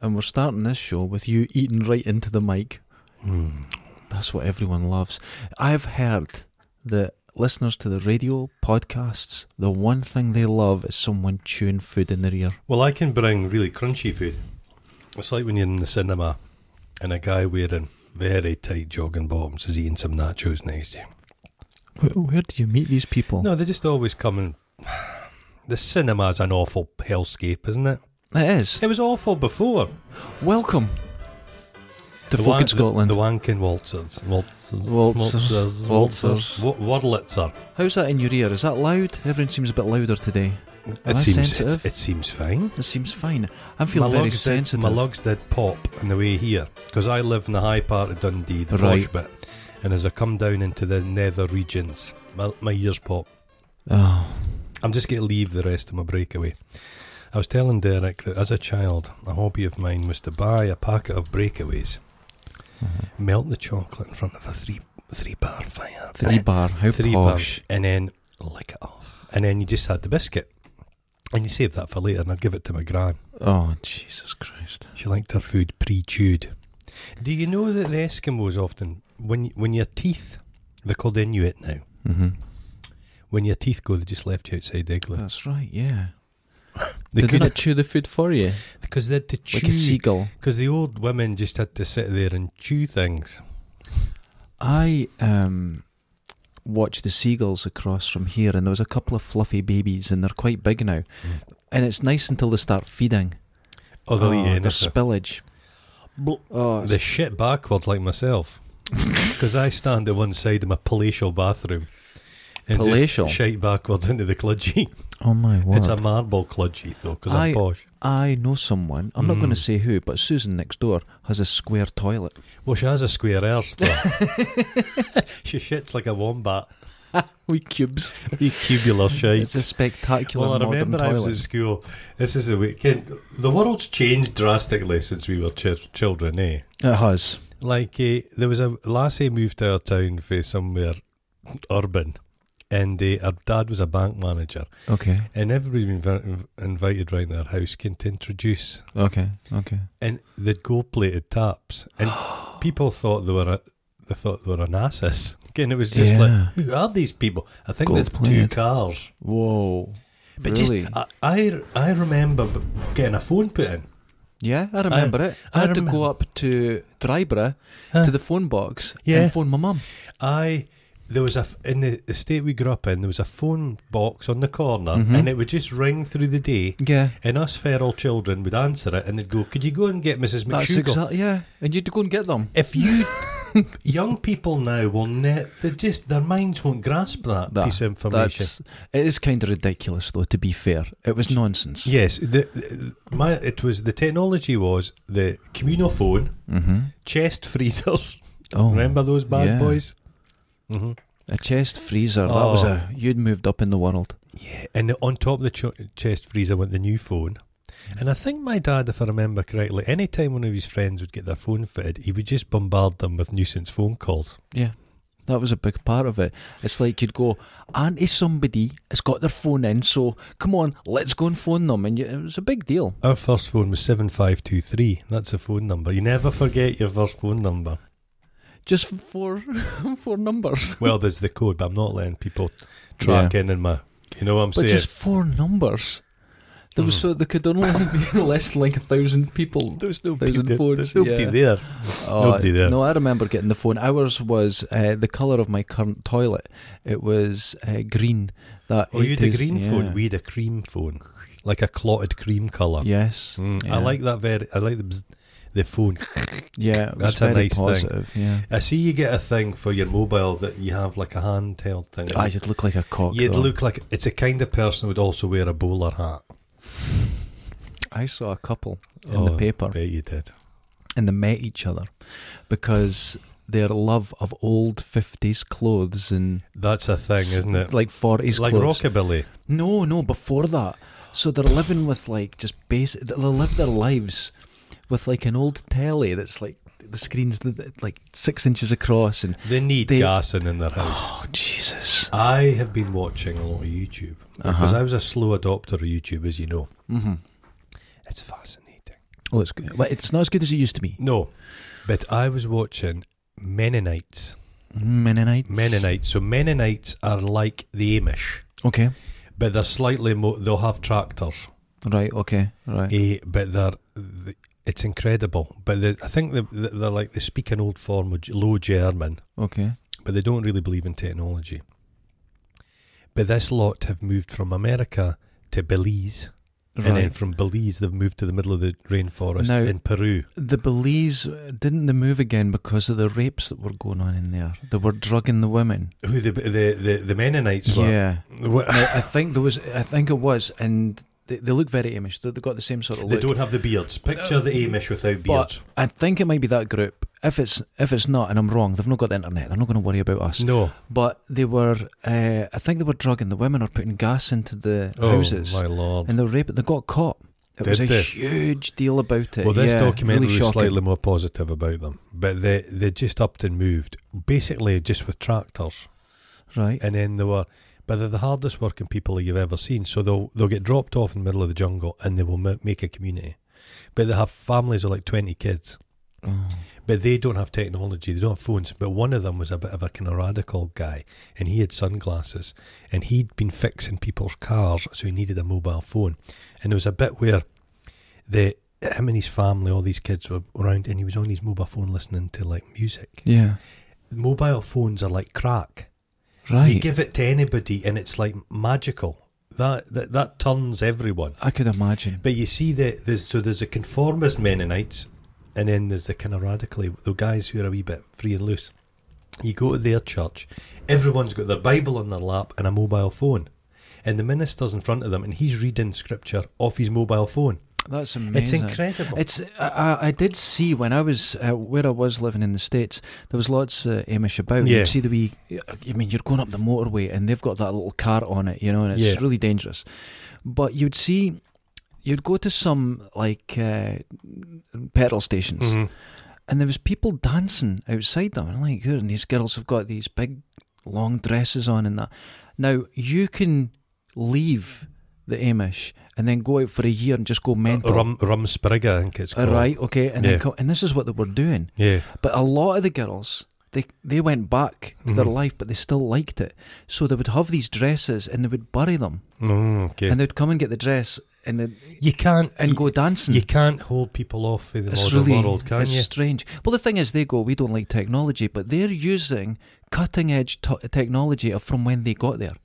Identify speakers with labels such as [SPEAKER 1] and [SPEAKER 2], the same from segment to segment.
[SPEAKER 1] and we're starting this show with you eating right into the mic.
[SPEAKER 2] Hmm.
[SPEAKER 1] That's what everyone loves. I've heard that listeners to the radio, podcasts, the one thing they love is someone chewing food in their ear.
[SPEAKER 2] Well, I can bring really crunchy food. It's like when you're in the cinema and a guy wearing very tight jogging bottoms is eating some nachos next to you.
[SPEAKER 1] Where, where do you meet these people?
[SPEAKER 2] No, they just always come and. The cinema's an awful hellscape, isn't it?
[SPEAKER 1] It is.
[SPEAKER 2] It was awful before.
[SPEAKER 1] Welcome to
[SPEAKER 2] the
[SPEAKER 1] Folk
[SPEAKER 2] wan-
[SPEAKER 1] in Scotland.
[SPEAKER 2] The, the wanking waltzers. Waltzers.
[SPEAKER 1] Waltzers,
[SPEAKER 2] Waltzers.
[SPEAKER 1] waltzers.
[SPEAKER 2] Wa- Wurlitzer.
[SPEAKER 1] How's that in your ear? Is that loud? Everyone seems a bit louder today. Am
[SPEAKER 2] It
[SPEAKER 1] I
[SPEAKER 2] seems,
[SPEAKER 1] sensitive?
[SPEAKER 2] it, it seems fine.
[SPEAKER 1] It seems fine. I'm feeling very
[SPEAKER 2] lugs did,
[SPEAKER 1] sensitive.
[SPEAKER 2] my lugs did pop on the way here because I live in the high part of Dundee, the posh
[SPEAKER 1] Right.
[SPEAKER 2] bit. And as I come down into the nether regions, my, my ears pop.
[SPEAKER 1] oh,
[SPEAKER 2] I'm just going to leave the rest of my breakaway. I was telling Derek that as a child, a hobby of mine was to buy a packet of breakaways,
[SPEAKER 1] Mm-hmm.
[SPEAKER 2] melt the chocolate in front of a three three bar fire,
[SPEAKER 1] three bar. How
[SPEAKER 2] three
[SPEAKER 1] posh.
[SPEAKER 2] bar, and then lick it off, and then you just had the biscuit, and you saved that for later, and I'd give it to my gran.
[SPEAKER 1] Oh, Jesus Christ.
[SPEAKER 2] She liked her food pre-chewed. Do you know that the Eskimos often, when when your teeth, they're called Inuit now.
[SPEAKER 1] Mm-hmm.
[SPEAKER 2] When your teeth go, they just left you outside England.
[SPEAKER 1] That's right, yeah. Did
[SPEAKER 2] They
[SPEAKER 1] Uh, they
[SPEAKER 2] couldn't
[SPEAKER 1] not chew the food for you?
[SPEAKER 2] because they had to chew.
[SPEAKER 1] Like a seagull.
[SPEAKER 2] Because the old women just had to sit there and chew things.
[SPEAKER 1] I um watch the seagulls across from here, and there was a couple of fluffy babies, and they're quite big now.
[SPEAKER 2] Mm.
[SPEAKER 1] And it's nice until they start feeding.
[SPEAKER 2] Oh, they'll eat
[SPEAKER 1] their
[SPEAKER 2] anything.
[SPEAKER 1] spillage. Oh,
[SPEAKER 2] They shit backwards like myself. Because I stand at one side of my palatial bathroom and
[SPEAKER 1] Palatial?
[SPEAKER 2] just shite backwards into the kludgy.
[SPEAKER 1] oh my
[SPEAKER 2] It's a
[SPEAKER 1] word!
[SPEAKER 2] marble kludgy, though, because
[SPEAKER 1] I-
[SPEAKER 2] I'm posh.
[SPEAKER 1] I know someone. I'm not going to
[SPEAKER 2] Mm.
[SPEAKER 1] say who, but Susan next door has a square toilet.
[SPEAKER 2] Well, she has a square arse, though. she shits like a wombat.
[SPEAKER 1] We cubes.
[SPEAKER 2] You cubular
[SPEAKER 1] It's a
[SPEAKER 2] shite.
[SPEAKER 1] spectacular
[SPEAKER 2] Well, I
[SPEAKER 1] modern
[SPEAKER 2] remember I
[SPEAKER 1] toilet.
[SPEAKER 2] was at school. This is a weekend. The world's changed drastically since we were ch- children, eh?
[SPEAKER 1] It has.
[SPEAKER 2] like uh, there was a lassie moved to our town for somewhere urban, and uh, her dad was a bank manager,
[SPEAKER 1] Okay.
[SPEAKER 2] and everybody been inv- invited round their house came to introduce,
[SPEAKER 1] Okay. Okay.
[SPEAKER 2] and they'd go plated taps, and people thought they were a, they thought they were an asses. Again, it was just
[SPEAKER 1] Yeah.
[SPEAKER 2] like, who are these people? I think they had two
[SPEAKER 1] Gold-plated.
[SPEAKER 2] cars,
[SPEAKER 1] Whoa.
[SPEAKER 2] but
[SPEAKER 1] really?
[SPEAKER 2] just I, I I remember b- getting a phone put in.
[SPEAKER 1] Yeah, I remember it. I,
[SPEAKER 2] I
[SPEAKER 1] had to go
[SPEAKER 2] remember-
[SPEAKER 1] up to Drybra
[SPEAKER 2] Huh?
[SPEAKER 1] to the phone box
[SPEAKER 2] Yeah.
[SPEAKER 1] and phone my mum.
[SPEAKER 2] I there was a f- in the estate we grew up in there was a phone box on the corner
[SPEAKER 1] Mhm.
[SPEAKER 2] and it would just ring through the day
[SPEAKER 1] Yeah,
[SPEAKER 2] and us feral children would answer it and they'd go could you go and get mrs
[SPEAKER 1] that's
[SPEAKER 2] mcshugle
[SPEAKER 1] exactly. Yeah, and you'd go and get them.
[SPEAKER 2] if you young people now will ne- they just their minds won't grasp that,
[SPEAKER 1] That-
[SPEAKER 2] piece of information
[SPEAKER 1] That's it is kind of ridiculous though. To be fair, it was nonsense.
[SPEAKER 2] yes the, the- my it was the technology was the communal phone
[SPEAKER 1] Mm-hmm.
[SPEAKER 2] chest freezers
[SPEAKER 1] Oh,
[SPEAKER 2] remember those bad
[SPEAKER 1] yeah. Mm-hmm.
[SPEAKER 2] boys hmm
[SPEAKER 1] a chest freezer. That was
[SPEAKER 2] Oh.
[SPEAKER 1] a you'd moved up in the world.
[SPEAKER 2] Yeah, and on top of the ch- chest freezer went the new phone. And I think my dad, if I remember correctly, any time one of his friends would get their phone fitted, he would just bombard them with nuisance phone calls.
[SPEAKER 1] Yeah, that was a big part of it. It's like you'd go, Auntie, somebody has got their phone in, so come on, let's go and phone them. And you, it was a big deal.
[SPEAKER 2] Our first phone was 7523. That's a phone number. You never forget your first phone number.
[SPEAKER 1] Just for four numbers.
[SPEAKER 2] well, there's the code, but I'm not letting people track in in my. You know what I'm
[SPEAKER 1] But
[SPEAKER 2] saying?
[SPEAKER 1] just four numbers. There was
[SPEAKER 2] Mm.
[SPEAKER 1] so there could only be less than like a thousand people.
[SPEAKER 2] there was
[SPEAKER 1] Thousand
[SPEAKER 2] there-
[SPEAKER 1] phones,
[SPEAKER 2] There's nobody
[SPEAKER 1] yeah.
[SPEAKER 2] there.
[SPEAKER 1] Oh,
[SPEAKER 2] Nobody there.
[SPEAKER 1] No, I remember getting the phone. Ours was uh, the colour of my current toilet. It was uh, green. That
[SPEAKER 2] Oh, you had a
[SPEAKER 1] 80s
[SPEAKER 2] green phone.
[SPEAKER 1] yeah.
[SPEAKER 2] We had a cream phone, like a clotted cream colour.
[SPEAKER 1] Yes.
[SPEAKER 2] Mm,
[SPEAKER 1] Yeah.
[SPEAKER 2] I like that very. I like the bzz, the phone.
[SPEAKER 1] Yeah, it was
[SPEAKER 2] That's a
[SPEAKER 1] very
[SPEAKER 2] nice thing.
[SPEAKER 1] positive. Yeah.
[SPEAKER 2] I see you get a thing for your mobile that you have like a handheld thing.
[SPEAKER 1] I you'd look like a cock.
[SPEAKER 2] You'd
[SPEAKER 1] though.
[SPEAKER 2] look like it's a kind of person who would also wear a bowler hat.
[SPEAKER 1] I saw a couple in the
[SPEAKER 2] Oh,
[SPEAKER 1] paper,
[SPEAKER 2] bet you did.
[SPEAKER 1] and they met each other because their love of old fifties clothes and
[SPEAKER 2] That's a thing, isn't it?
[SPEAKER 1] like forties
[SPEAKER 2] Like
[SPEAKER 1] clothes.
[SPEAKER 2] rockabilly.
[SPEAKER 1] No, no, before that. So they're living with like just basic. They live their lives with like an old telly that's like the screens th- th- like six inches across, and
[SPEAKER 2] They need
[SPEAKER 1] They-
[SPEAKER 2] gassing in their house.
[SPEAKER 1] oh Jesus.
[SPEAKER 2] I have been watching a lot of YouTube because
[SPEAKER 1] Uh-huh.
[SPEAKER 2] I was a slow adopter of YouTube, as you know.
[SPEAKER 1] hmm
[SPEAKER 2] It's fascinating.
[SPEAKER 1] Oh, it's good. But it's not as good as it used to be.
[SPEAKER 2] No, but I was watching Mennonites.
[SPEAKER 1] Mennonites.
[SPEAKER 2] Mennonites. So Mennonites are like the Amish,
[SPEAKER 1] Okay.
[SPEAKER 2] but they're slightly more. They'll have tractors,
[SPEAKER 1] Right. Okay. Right.
[SPEAKER 2] eh, but they're. th it's incredible, but they, I think they, they- they're like they speak an old form of G- Low German,
[SPEAKER 1] Okay.
[SPEAKER 2] but they don't really believe in technology. But this lot have moved from America to Belize, and then
[SPEAKER 1] Right.
[SPEAKER 2] from Belize they've moved to the middle of the rainforest
[SPEAKER 1] Now-
[SPEAKER 2] in Peru.
[SPEAKER 1] The Belize uh, didn't they move again because of the rapes that were going on in there? They were drugging the women.
[SPEAKER 2] Who the the the, the Mennonites were?
[SPEAKER 1] Yeah.
[SPEAKER 2] Wha-
[SPEAKER 1] Now, I think there was. I think it was, and they, they look very Amish. They, they got the same sort of
[SPEAKER 2] They
[SPEAKER 1] look.
[SPEAKER 2] don't have the beards. Picture the
[SPEAKER 1] um,
[SPEAKER 2] Amish without
[SPEAKER 1] But
[SPEAKER 2] beards.
[SPEAKER 1] I think it might be that group. If it's if it's not, and I'm wrong, they've not got the internet. They're not going to worry about us.
[SPEAKER 2] No.
[SPEAKER 1] But they were. Uh, I think they were drugging the women or putting gas into the houses,
[SPEAKER 2] Oh, my lord.
[SPEAKER 1] and they were raping. They got caught. It
[SPEAKER 2] Did
[SPEAKER 1] was a
[SPEAKER 2] they?
[SPEAKER 1] huge deal about it.
[SPEAKER 2] Well, this
[SPEAKER 1] uh, yeah,
[SPEAKER 2] documentary
[SPEAKER 1] really
[SPEAKER 2] was
[SPEAKER 1] shocking.
[SPEAKER 2] slightly more positive about them, but they they just upped and moved, basically just with tractors,
[SPEAKER 1] right.
[SPEAKER 2] and then they were, but they're the hardest working people you've ever seen. So they'll they'll get dropped off in the middle of the jungle, and they will ma- make a community, but they have families of like twenty kids,
[SPEAKER 1] Oh,
[SPEAKER 2] but they don't have technology, they don't have phones. But one of them was a bit of a kind of radical guy, and he had sunglasses, and he'd been fixing people's cars, so he needed a mobile phone. And there was a bit where the him and his family, all these kids were around, and he was on his mobile phone listening to like music.
[SPEAKER 1] yeah.
[SPEAKER 2] Mobile phones are like crack.
[SPEAKER 1] Right.
[SPEAKER 2] You give it to anybody, and it's like magical. That that, that turns everyone.
[SPEAKER 1] I could imagine.
[SPEAKER 2] But you see that there's so there's the conformist Mennonites, and then there's the kind of radically the guys who are a wee bit free and loose. You go to their church, everyone's got their Bible on their lap and a mobile phone, and the minister's in front of them, and he's reading scripture off his mobile phone.
[SPEAKER 1] That's amazing.
[SPEAKER 2] It's incredible.
[SPEAKER 1] It's I, I- I did see when I was uh, where I was living in the states. There was lots of uh, Amish about.
[SPEAKER 2] Yeah.
[SPEAKER 1] You'd see the wee. I mean, you're going up the motorway and they've got that little cart on it, you know, and it's
[SPEAKER 2] Yeah.
[SPEAKER 1] really dangerous. But you'd see, you'd go to some like uh, petrol stations,
[SPEAKER 2] Mm-hmm.
[SPEAKER 1] and there was people dancing outside them. And I'm like, good. And these girls have got these big long dresses on and that. Now you can leave the Amish and then go out for a year and just go mental.
[SPEAKER 2] Rum Rumsprigger, I think it's
[SPEAKER 1] Uh,
[SPEAKER 2] called.
[SPEAKER 1] right, okay, and then
[SPEAKER 2] Yeah.
[SPEAKER 1] co- and this is what they were doing.
[SPEAKER 2] Yeah.
[SPEAKER 1] But a lot of the girls, they they went back to their
[SPEAKER 2] Mhm.
[SPEAKER 1] life, but they still liked it. So they would have these dresses, and they would bury them,
[SPEAKER 2] Mm, okay.
[SPEAKER 1] and they'd come and get the dress, and then
[SPEAKER 2] you can't
[SPEAKER 1] and
[SPEAKER 2] you,
[SPEAKER 1] go dancing.
[SPEAKER 2] You can't hold people off for the
[SPEAKER 1] it's
[SPEAKER 2] modern
[SPEAKER 1] really
[SPEAKER 2] world, can
[SPEAKER 1] it's
[SPEAKER 2] you?
[SPEAKER 1] strange. Well, the thing is, they go, we don't like technology, but they're using cutting edge t- technology of from when they got there.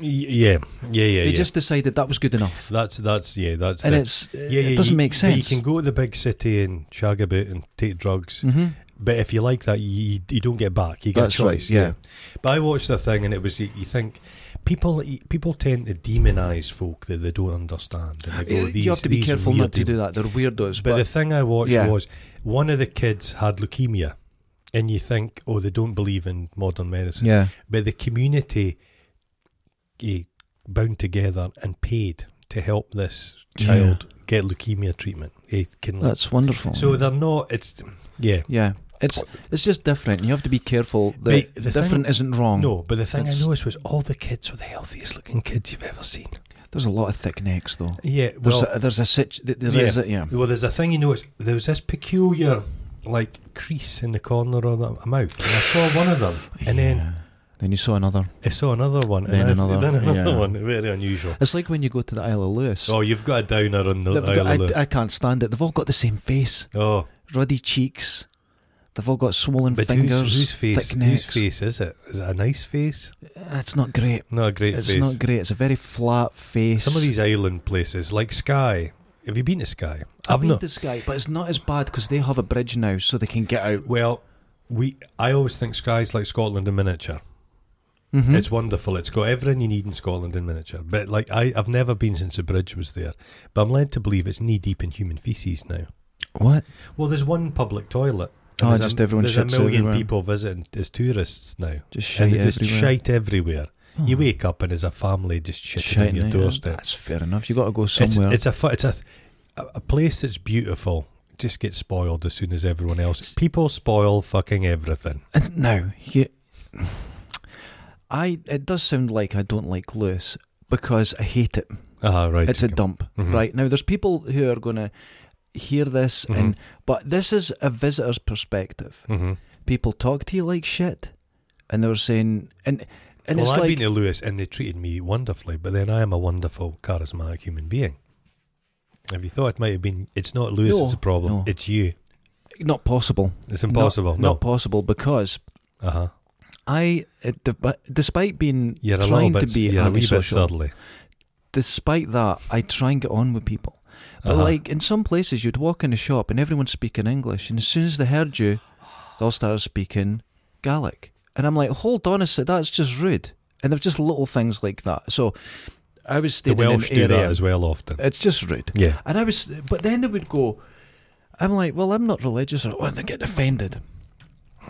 [SPEAKER 2] Y- yeah, yeah, yeah.
[SPEAKER 1] they
[SPEAKER 2] yeah.
[SPEAKER 1] just decided that was good enough,
[SPEAKER 2] that's that's yeah that's
[SPEAKER 1] and
[SPEAKER 2] the-
[SPEAKER 1] it's it doesn't
[SPEAKER 2] you-
[SPEAKER 1] make
[SPEAKER 2] But you
[SPEAKER 1] sense.
[SPEAKER 2] can go to the big city and shag about and take drugs.
[SPEAKER 1] Mhm.
[SPEAKER 2] But if you like that, you, you don't get back. You get
[SPEAKER 1] That's
[SPEAKER 2] a
[SPEAKER 1] right,
[SPEAKER 2] choice.
[SPEAKER 1] yeah.
[SPEAKER 2] But I watched the thing, and it was you, you think people people tend to demonise folk that they don't understand. And they go, these,
[SPEAKER 1] Eh, you have to be
[SPEAKER 2] these
[SPEAKER 1] careful not to
[SPEAKER 2] weird
[SPEAKER 1] do that. They're weirdos.
[SPEAKER 2] But, the thing I watched
[SPEAKER 1] Yeah.
[SPEAKER 2] was one of the kids had leukemia, and you think, oh, they don't believe in modern medicine.
[SPEAKER 1] yeah.
[SPEAKER 2] But the community eh, bound together and paid to help this
[SPEAKER 1] Yeah.
[SPEAKER 2] child get leukemia treatment. Eh, can-
[SPEAKER 1] That's wonderful.
[SPEAKER 2] so they're not. It's yeah.
[SPEAKER 1] yeah, it's it's just different. You have to be careful that
[SPEAKER 2] Mate, the thing-
[SPEAKER 1] different isn't wrong.
[SPEAKER 2] No, but the thing I
[SPEAKER 1] It's-
[SPEAKER 2] noticed was all the kids were the healthiest looking kids you've ever seen.
[SPEAKER 1] there's a lot of thick necks though.
[SPEAKER 2] Yeah,
[SPEAKER 1] There's
[SPEAKER 2] well,
[SPEAKER 1] a, there's a such there is
[SPEAKER 2] Yeah.
[SPEAKER 1] a, yeah.
[SPEAKER 2] well, there's a thing you noticed. There was this peculiar, like, crease in the corner of the a mouth, and I saw one of them, and then
[SPEAKER 1] Yeah. then you saw another.
[SPEAKER 2] I saw another one,
[SPEAKER 1] Then
[SPEAKER 2] and I-
[SPEAKER 1] another,
[SPEAKER 2] then another
[SPEAKER 1] yeah.
[SPEAKER 2] one. Very unusual.
[SPEAKER 1] It's like when you go to the Isle of Lewis.
[SPEAKER 2] Oh, you've got a downer on the
[SPEAKER 1] They've got-
[SPEAKER 2] Isle of Lewis.
[SPEAKER 1] I, I can't stand it. They've all got the same face,
[SPEAKER 2] Oh,
[SPEAKER 1] ruddy cheeks. They've all got swollen
[SPEAKER 2] but whose,
[SPEAKER 1] fingers,
[SPEAKER 2] whose face?
[SPEAKER 1] thick necks.
[SPEAKER 2] Whose face is it? Is it a nice face?
[SPEAKER 1] It's not great.
[SPEAKER 2] Not a great
[SPEAKER 1] It's
[SPEAKER 2] face.
[SPEAKER 1] not great. It's a very flat face.
[SPEAKER 2] Some of these island places, like Skye. Have you been to Skye?
[SPEAKER 1] I've been to Sky, but it's not as bad because they have a bridge now, so they can get out.
[SPEAKER 2] Well, we I always think Skye's like Scotland in miniature.
[SPEAKER 1] Mhm.
[SPEAKER 2] It's wonderful. It's got everything you need in Scotland in miniature. But like I, I've never been since the bridge was there. But I'm led to believe it's knee deep in human feces now.
[SPEAKER 1] what?
[SPEAKER 2] Well, there's one public toilet. and
[SPEAKER 1] Oh,
[SPEAKER 2] there's
[SPEAKER 1] just
[SPEAKER 2] a,
[SPEAKER 1] everyone
[SPEAKER 2] There's a
[SPEAKER 1] shits
[SPEAKER 2] million
[SPEAKER 1] everywhere.
[SPEAKER 2] people visiting as tourists now,
[SPEAKER 1] Just shite
[SPEAKER 2] and they just
[SPEAKER 1] everywhere.
[SPEAKER 2] shite everywhere. You
[SPEAKER 1] Oh.
[SPEAKER 2] wake up and there's a family just shitting
[SPEAKER 1] Shite
[SPEAKER 2] on your
[SPEAKER 1] night, yeah.
[SPEAKER 2] doorstep.
[SPEAKER 1] That's fair enough. You got to go
[SPEAKER 2] It's,
[SPEAKER 1] somewhere.
[SPEAKER 2] it's a fu- it's a, a a place that's beautiful. Just gets spoiled as soon as everyone else. People spoil fucking everything.
[SPEAKER 1] And now, uh, you, I it does sound like I don't like Lewis because I hate it.
[SPEAKER 2] Ah, right.
[SPEAKER 1] It's a dump,
[SPEAKER 2] Mhm.
[SPEAKER 1] right? Now, there's people who are going to hear this,
[SPEAKER 2] Mhm.
[SPEAKER 1] and but this is a visitor's perspective.
[SPEAKER 2] Mm-hmm.
[SPEAKER 1] People talk to you like shit, and they were saying, and and
[SPEAKER 2] well,
[SPEAKER 1] it's
[SPEAKER 2] I've
[SPEAKER 1] like
[SPEAKER 2] been to Lewis and they treated me wonderfully, but then I am a wonderful, charismatic human being. Have you thought it might have been? It's not Lewis
[SPEAKER 1] No,
[SPEAKER 2] that's the problem.
[SPEAKER 1] no.
[SPEAKER 2] It's you.
[SPEAKER 1] not possible,
[SPEAKER 2] It's
[SPEAKER 1] Not-
[SPEAKER 2] impossible.
[SPEAKER 1] not,
[SPEAKER 2] no.
[SPEAKER 1] possible because
[SPEAKER 2] uh-huh.
[SPEAKER 1] I, uh, de- despite being
[SPEAKER 2] You're a little
[SPEAKER 1] trying
[SPEAKER 2] bit.
[SPEAKER 1] to be
[SPEAKER 2] you're a wee bit
[SPEAKER 1] antisocial,
[SPEAKER 2] surly.
[SPEAKER 1] despite that, I try and get on with people. But
[SPEAKER 2] Uh-huh.
[SPEAKER 1] like in some places, you'd walk in a shop and everyone's speaking English, and as soon as they heard you, they all started speaking Gaelic, and I'm like, hold on a sec, that's just rude. And they're just little things like that. So I was
[SPEAKER 2] The
[SPEAKER 1] staying
[SPEAKER 2] Welsh
[SPEAKER 1] in
[SPEAKER 2] do
[SPEAKER 1] an
[SPEAKER 2] that
[SPEAKER 1] area. Uh,
[SPEAKER 2] as well often.
[SPEAKER 1] It's just rude.
[SPEAKER 2] Yeah.
[SPEAKER 1] And I was, but then they would go, I'm like, well, I'm not religious, or oh, and they get offended.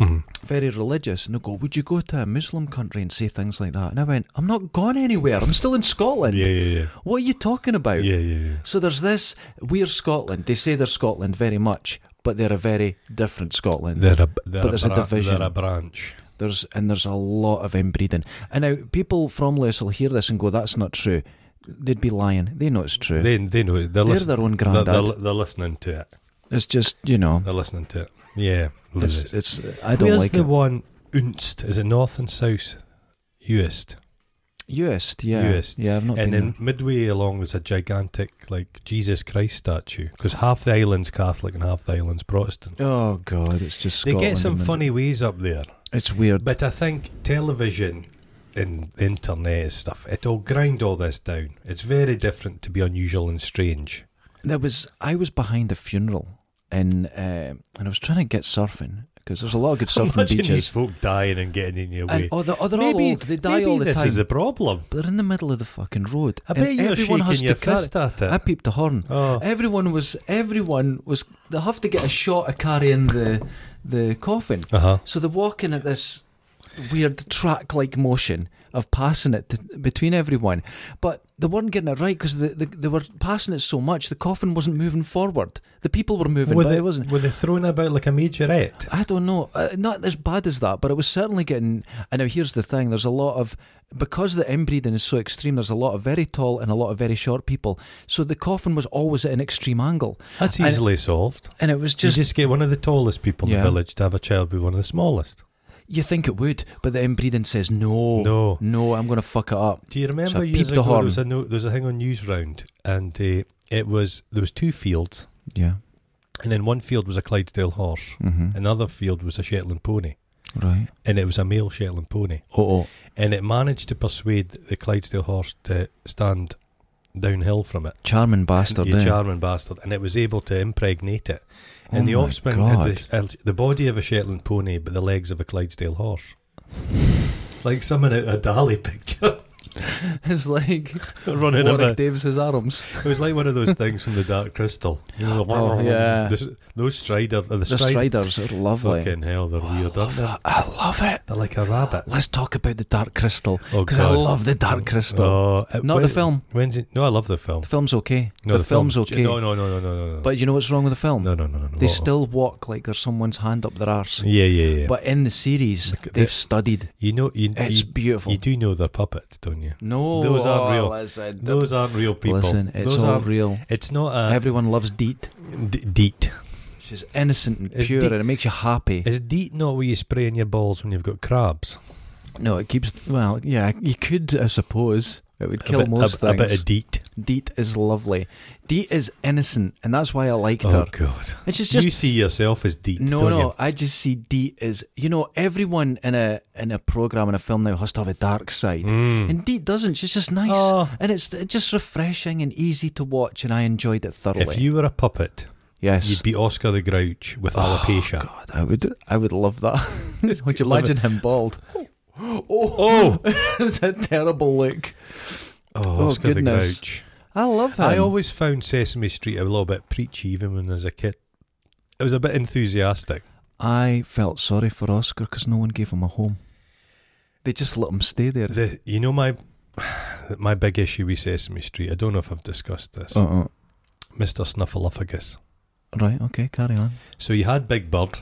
[SPEAKER 2] Mhm.
[SPEAKER 1] Very religious, and they go, would you go to a Muslim country and say things like that? And I went, I'm not gone anywhere. I'm still in Scotland.
[SPEAKER 2] Yeah, yeah, yeah.
[SPEAKER 1] What are you talking about?
[SPEAKER 2] Yeah, yeah, yeah.
[SPEAKER 1] So there's this we're Scotland. They say they're Scotland very much, but they're a very different Scotland.
[SPEAKER 2] They're a, they're
[SPEAKER 1] But there's a
[SPEAKER 2] bran-
[SPEAKER 1] division.
[SPEAKER 2] They're a branch.
[SPEAKER 1] There's and there's a lot of inbreeding. And now people from Lewis will hear this and go, "That's not true." They'd be lying. They know it's true.
[SPEAKER 2] They, they know. it. They're,
[SPEAKER 1] They, are
[SPEAKER 2] listen-
[SPEAKER 1] their own
[SPEAKER 2] they're,
[SPEAKER 1] granddad.
[SPEAKER 2] they're, they're listening to it.
[SPEAKER 1] it's just you know,
[SPEAKER 2] They're listening to it. Yeah. Lewis.
[SPEAKER 1] it's it's. I don't
[SPEAKER 2] Where's
[SPEAKER 1] like
[SPEAKER 2] the
[SPEAKER 1] it.
[SPEAKER 2] one Unst? Is it north and south? Uist.
[SPEAKER 1] Uist, yeah,
[SPEAKER 2] Uist.
[SPEAKER 1] yeah. I've not been.
[SPEAKER 2] and then
[SPEAKER 1] there.
[SPEAKER 2] midway along there's a gigantic like Jesus Christ statue because half the island's Catholic and half the island's Protestant.
[SPEAKER 1] Oh God, it's just Scotland.
[SPEAKER 2] they get some
[SPEAKER 1] and-
[SPEAKER 2] funny ways up there,
[SPEAKER 1] It's weird.
[SPEAKER 2] but I think television and the internet and stuff it'll grind all this down. It's very different to be unusual and strange.
[SPEAKER 1] There was I was behind a funeral and uh, and I was trying to get surfing because there's a lot of good surfing
[SPEAKER 2] Imagine these
[SPEAKER 1] beaches.
[SPEAKER 2] folk dying and getting in your way.
[SPEAKER 1] And oh, they're, oh, they're all
[SPEAKER 2] maybe
[SPEAKER 1] old. They die
[SPEAKER 2] maybe
[SPEAKER 1] all the
[SPEAKER 2] this
[SPEAKER 1] time.
[SPEAKER 2] is the problem.
[SPEAKER 1] But they're in the middle of the fucking road.
[SPEAKER 2] I
[SPEAKER 1] and
[SPEAKER 2] bet you're
[SPEAKER 1] everyone has
[SPEAKER 2] shaking your
[SPEAKER 1] to carry-
[SPEAKER 2] fist at it.
[SPEAKER 1] I peeped the horn.
[SPEAKER 2] oh.
[SPEAKER 1] Everyone was. Everyone was. They have to get a shot of carrying the the coffin.
[SPEAKER 2] Uh huh.
[SPEAKER 1] So they're walking at this weird track-like motion of passing it to, between everyone, but they weren't getting it right because they, they, they were passing it so much. The coffin wasn't moving forward. The people were moving,
[SPEAKER 2] Were
[SPEAKER 1] but
[SPEAKER 2] they,
[SPEAKER 1] it wasn't.
[SPEAKER 2] were they thrown about like a majorette?
[SPEAKER 1] I don't know. Uh, not as bad as that, but it was certainly getting. And now here's the thing: there's a lot of because the inbreeding is so extreme. There's a lot of very tall and a lot of very short people. So the coffin was always at an extreme angle,
[SPEAKER 2] That's
[SPEAKER 1] And-
[SPEAKER 2] easily solved.
[SPEAKER 1] and it was
[SPEAKER 2] You
[SPEAKER 1] just
[SPEAKER 2] just get one of the tallest people in
[SPEAKER 1] Yeah.
[SPEAKER 2] the village to have a child be one of the smallest.
[SPEAKER 1] you think it would, but the inbreeding says no,
[SPEAKER 2] No.
[SPEAKER 1] no. I'm going to fuck it up.
[SPEAKER 2] Do you remember
[SPEAKER 1] So Mm. peep
[SPEAKER 2] years
[SPEAKER 1] the
[SPEAKER 2] ago there
[SPEAKER 1] horn.
[SPEAKER 2] was, a no, there was a thing on Newsround and uh, it was there was two fields
[SPEAKER 1] Yeah.
[SPEAKER 2] and in one field was a Clydesdale horse,
[SPEAKER 1] Mm-hmm.
[SPEAKER 2] another field was a Shetland pony,
[SPEAKER 1] Right.
[SPEAKER 2] and it was a male Shetland pony,
[SPEAKER 1] Oh, oh.
[SPEAKER 2] and it managed to persuade the Clydesdale horse to stand downhill from it.
[SPEAKER 1] charming bastard.
[SPEAKER 2] You
[SPEAKER 1] eh?
[SPEAKER 2] charming bastard, and it was able to impregnate it. And
[SPEAKER 1] Oh
[SPEAKER 2] the
[SPEAKER 1] my
[SPEAKER 2] offspring
[SPEAKER 1] God.
[SPEAKER 2] had the, had the body of a Shetland pony, but the legs of a Clydesdale horse. It's like someone out of a Dali picture
[SPEAKER 1] it's like
[SPEAKER 2] running
[SPEAKER 1] Warwick
[SPEAKER 2] about.
[SPEAKER 1] Davis's arms.
[SPEAKER 2] It was like one of those things from the Dark Crystal. You know,
[SPEAKER 1] Oh, yeah.
[SPEAKER 2] This- those strider, the,
[SPEAKER 1] The
[SPEAKER 2] strider.
[SPEAKER 1] striders are lovely.
[SPEAKER 2] Fucking hell, they're weird, aren't
[SPEAKER 1] Love
[SPEAKER 2] they?
[SPEAKER 1] that. I love it.
[SPEAKER 2] They're like a rabbit.
[SPEAKER 1] Let's talk about the Dark Crystal
[SPEAKER 2] Oh,
[SPEAKER 1] because I
[SPEAKER 2] God.
[SPEAKER 1] love the Dark Crystal.
[SPEAKER 2] Oh, it-
[SPEAKER 1] Not
[SPEAKER 2] when-
[SPEAKER 1] the film.
[SPEAKER 2] When's it? No, I love the film.
[SPEAKER 1] The film's okay.
[SPEAKER 2] No,
[SPEAKER 1] the, film's
[SPEAKER 2] film.
[SPEAKER 1] okay.
[SPEAKER 2] No, no, no, no, no, no, no.
[SPEAKER 1] But you know what's wrong with the film?
[SPEAKER 2] no, no, no, no, no.
[SPEAKER 1] They
[SPEAKER 2] What-
[SPEAKER 1] still walk like there's someone's hand up their arse.
[SPEAKER 2] Yeah, yeah, yeah.
[SPEAKER 1] But in the series,
[SPEAKER 2] Look at
[SPEAKER 1] they've
[SPEAKER 2] that.
[SPEAKER 1] studied.
[SPEAKER 2] you know, you,
[SPEAKER 1] It's
[SPEAKER 2] you,
[SPEAKER 1] beautiful.
[SPEAKER 2] you do know they're puppets, don't you?
[SPEAKER 1] no,
[SPEAKER 2] e- those aren't
[SPEAKER 1] oh,
[SPEAKER 2] real.
[SPEAKER 1] Listen,
[SPEAKER 2] Those aren't real people.
[SPEAKER 1] Listen, it's
[SPEAKER 2] Those
[SPEAKER 1] all
[SPEAKER 2] aren't- Uh,
[SPEAKER 1] real.
[SPEAKER 2] It's not a
[SPEAKER 1] Everyone loves Deet.
[SPEAKER 2] D- deet.
[SPEAKER 1] She's innocent and
[SPEAKER 2] Is
[SPEAKER 1] pure,
[SPEAKER 2] Deet-
[SPEAKER 1] and it makes you happy.
[SPEAKER 2] Is deet not what you spray in your balls when you've got crabs?
[SPEAKER 1] No, it keeps. Well, yeah, you could, I suppose. It would kill
[SPEAKER 2] a bit,
[SPEAKER 1] most
[SPEAKER 2] a, a
[SPEAKER 1] things.
[SPEAKER 2] bit of deet.
[SPEAKER 1] Deet is lovely. Deet is innocent, and that's why I liked
[SPEAKER 2] Oh
[SPEAKER 1] her.
[SPEAKER 2] God!
[SPEAKER 1] And she's just
[SPEAKER 2] you see yourself as deet,
[SPEAKER 1] no,
[SPEAKER 2] don't
[SPEAKER 1] no.
[SPEAKER 2] you?
[SPEAKER 1] I just see Deet as you know. Everyone in a in a program in a film now has to have a dark side,
[SPEAKER 2] Mm.
[SPEAKER 1] and Deet doesn't. She's just nice,
[SPEAKER 2] Oh.
[SPEAKER 1] and it's just refreshing and easy to watch, and I enjoyed it thoroughly.
[SPEAKER 2] If you were a puppet,
[SPEAKER 1] yes.
[SPEAKER 2] you'd be Oscar the Grouch with alopecia.
[SPEAKER 1] Oh, God, I would, I would love that. would you
[SPEAKER 2] love it.
[SPEAKER 1] imagine him bald?
[SPEAKER 2] Oh, oh,
[SPEAKER 1] it's a terrible look.
[SPEAKER 2] Oscar the
[SPEAKER 1] goodness.
[SPEAKER 2] Grouch.
[SPEAKER 1] I love him.
[SPEAKER 2] I always found Sesame Street a little bit preachy, even when I was a kid. It was a bit enthusiastic.
[SPEAKER 1] I felt sorry for Oscar because no one gave him a home. They just let him stay there.
[SPEAKER 2] The, you know my my big issue with Sesame Street. I don't know if I've discussed this.
[SPEAKER 1] Uh, uh,
[SPEAKER 2] Mr. Snuffleupagus.
[SPEAKER 1] right, okay, carry on.
[SPEAKER 2] So you had Big Bird.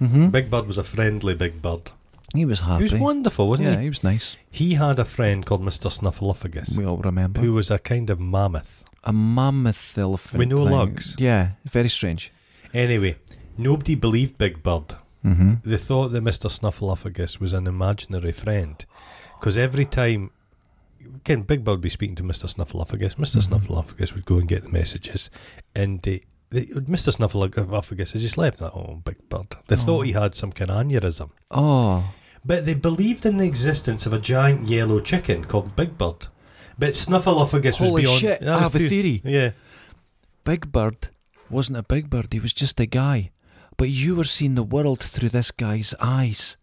[SPEAKER 1] hmm
[SPEAKER 2] Big Bird was a friendly Big Bird.
[SPEAKER 1] He was happy.
[SPEAKER 2] He was wonderful, wasn't
[SPEAKER 1] yeah, eh?
[SPEAKER 2] he?
[SPEAKER 1] he was nice.
[SPEAKER 2] He had a friend called Mr. Snuffleupagus,
[SPEAKER 1] We all remember.
[SPEAKER 2] who was a kind of mammoth.
[SPEAKER 1] a mammoth elephant.
[SPEAKER 2] With no
[SPEAKER 1] thing.
[SPEAKER 2] legs.
[SPEAKER 1] Yeah, very strange.
[SPEAKER 2] Anyway, nobody believed Big Bird.
[SPEAKER 1] Mm-hmm.
[SPEAKER 2] They thought that Mr. Snuffleupagus was an imaginary friend. Because every time, can Big Bird be speaking to Mr. Snuffleupagus? mister
[SPEAKER 1] Mhm.
[SPEAKER 2] Snuffleupagus would go and get the messages. And they, they, Mr. Snuffleupagus has just left. Oh, Big Bird. They
[SPEAKER 1] Oh.
[SPEAKER 2] thought he had some kind of aneurysm.
[SPEAKER 1] Oh,
[SPEAKER 2] But they believed in the existence of a giant yellow chicken called Big Bird. But Snuffleupagus was
[SPEAKER 1] holy
[SPEAKER 2] beyond.
[SPEAKER 1] shit!
[SPEAKER 2] that
[SPEAKER 1] I
[SPEAKER 2] was
[SPEAKER 1] have a
[SPEAKER 2] too-
[SPEAKER 1] theory.
[SPEAKER 2] Yeah.
[SPEAKER 1] Big Bird wasn't a big bird; he was just a guy. But you were seeing the world through this guy's eyes.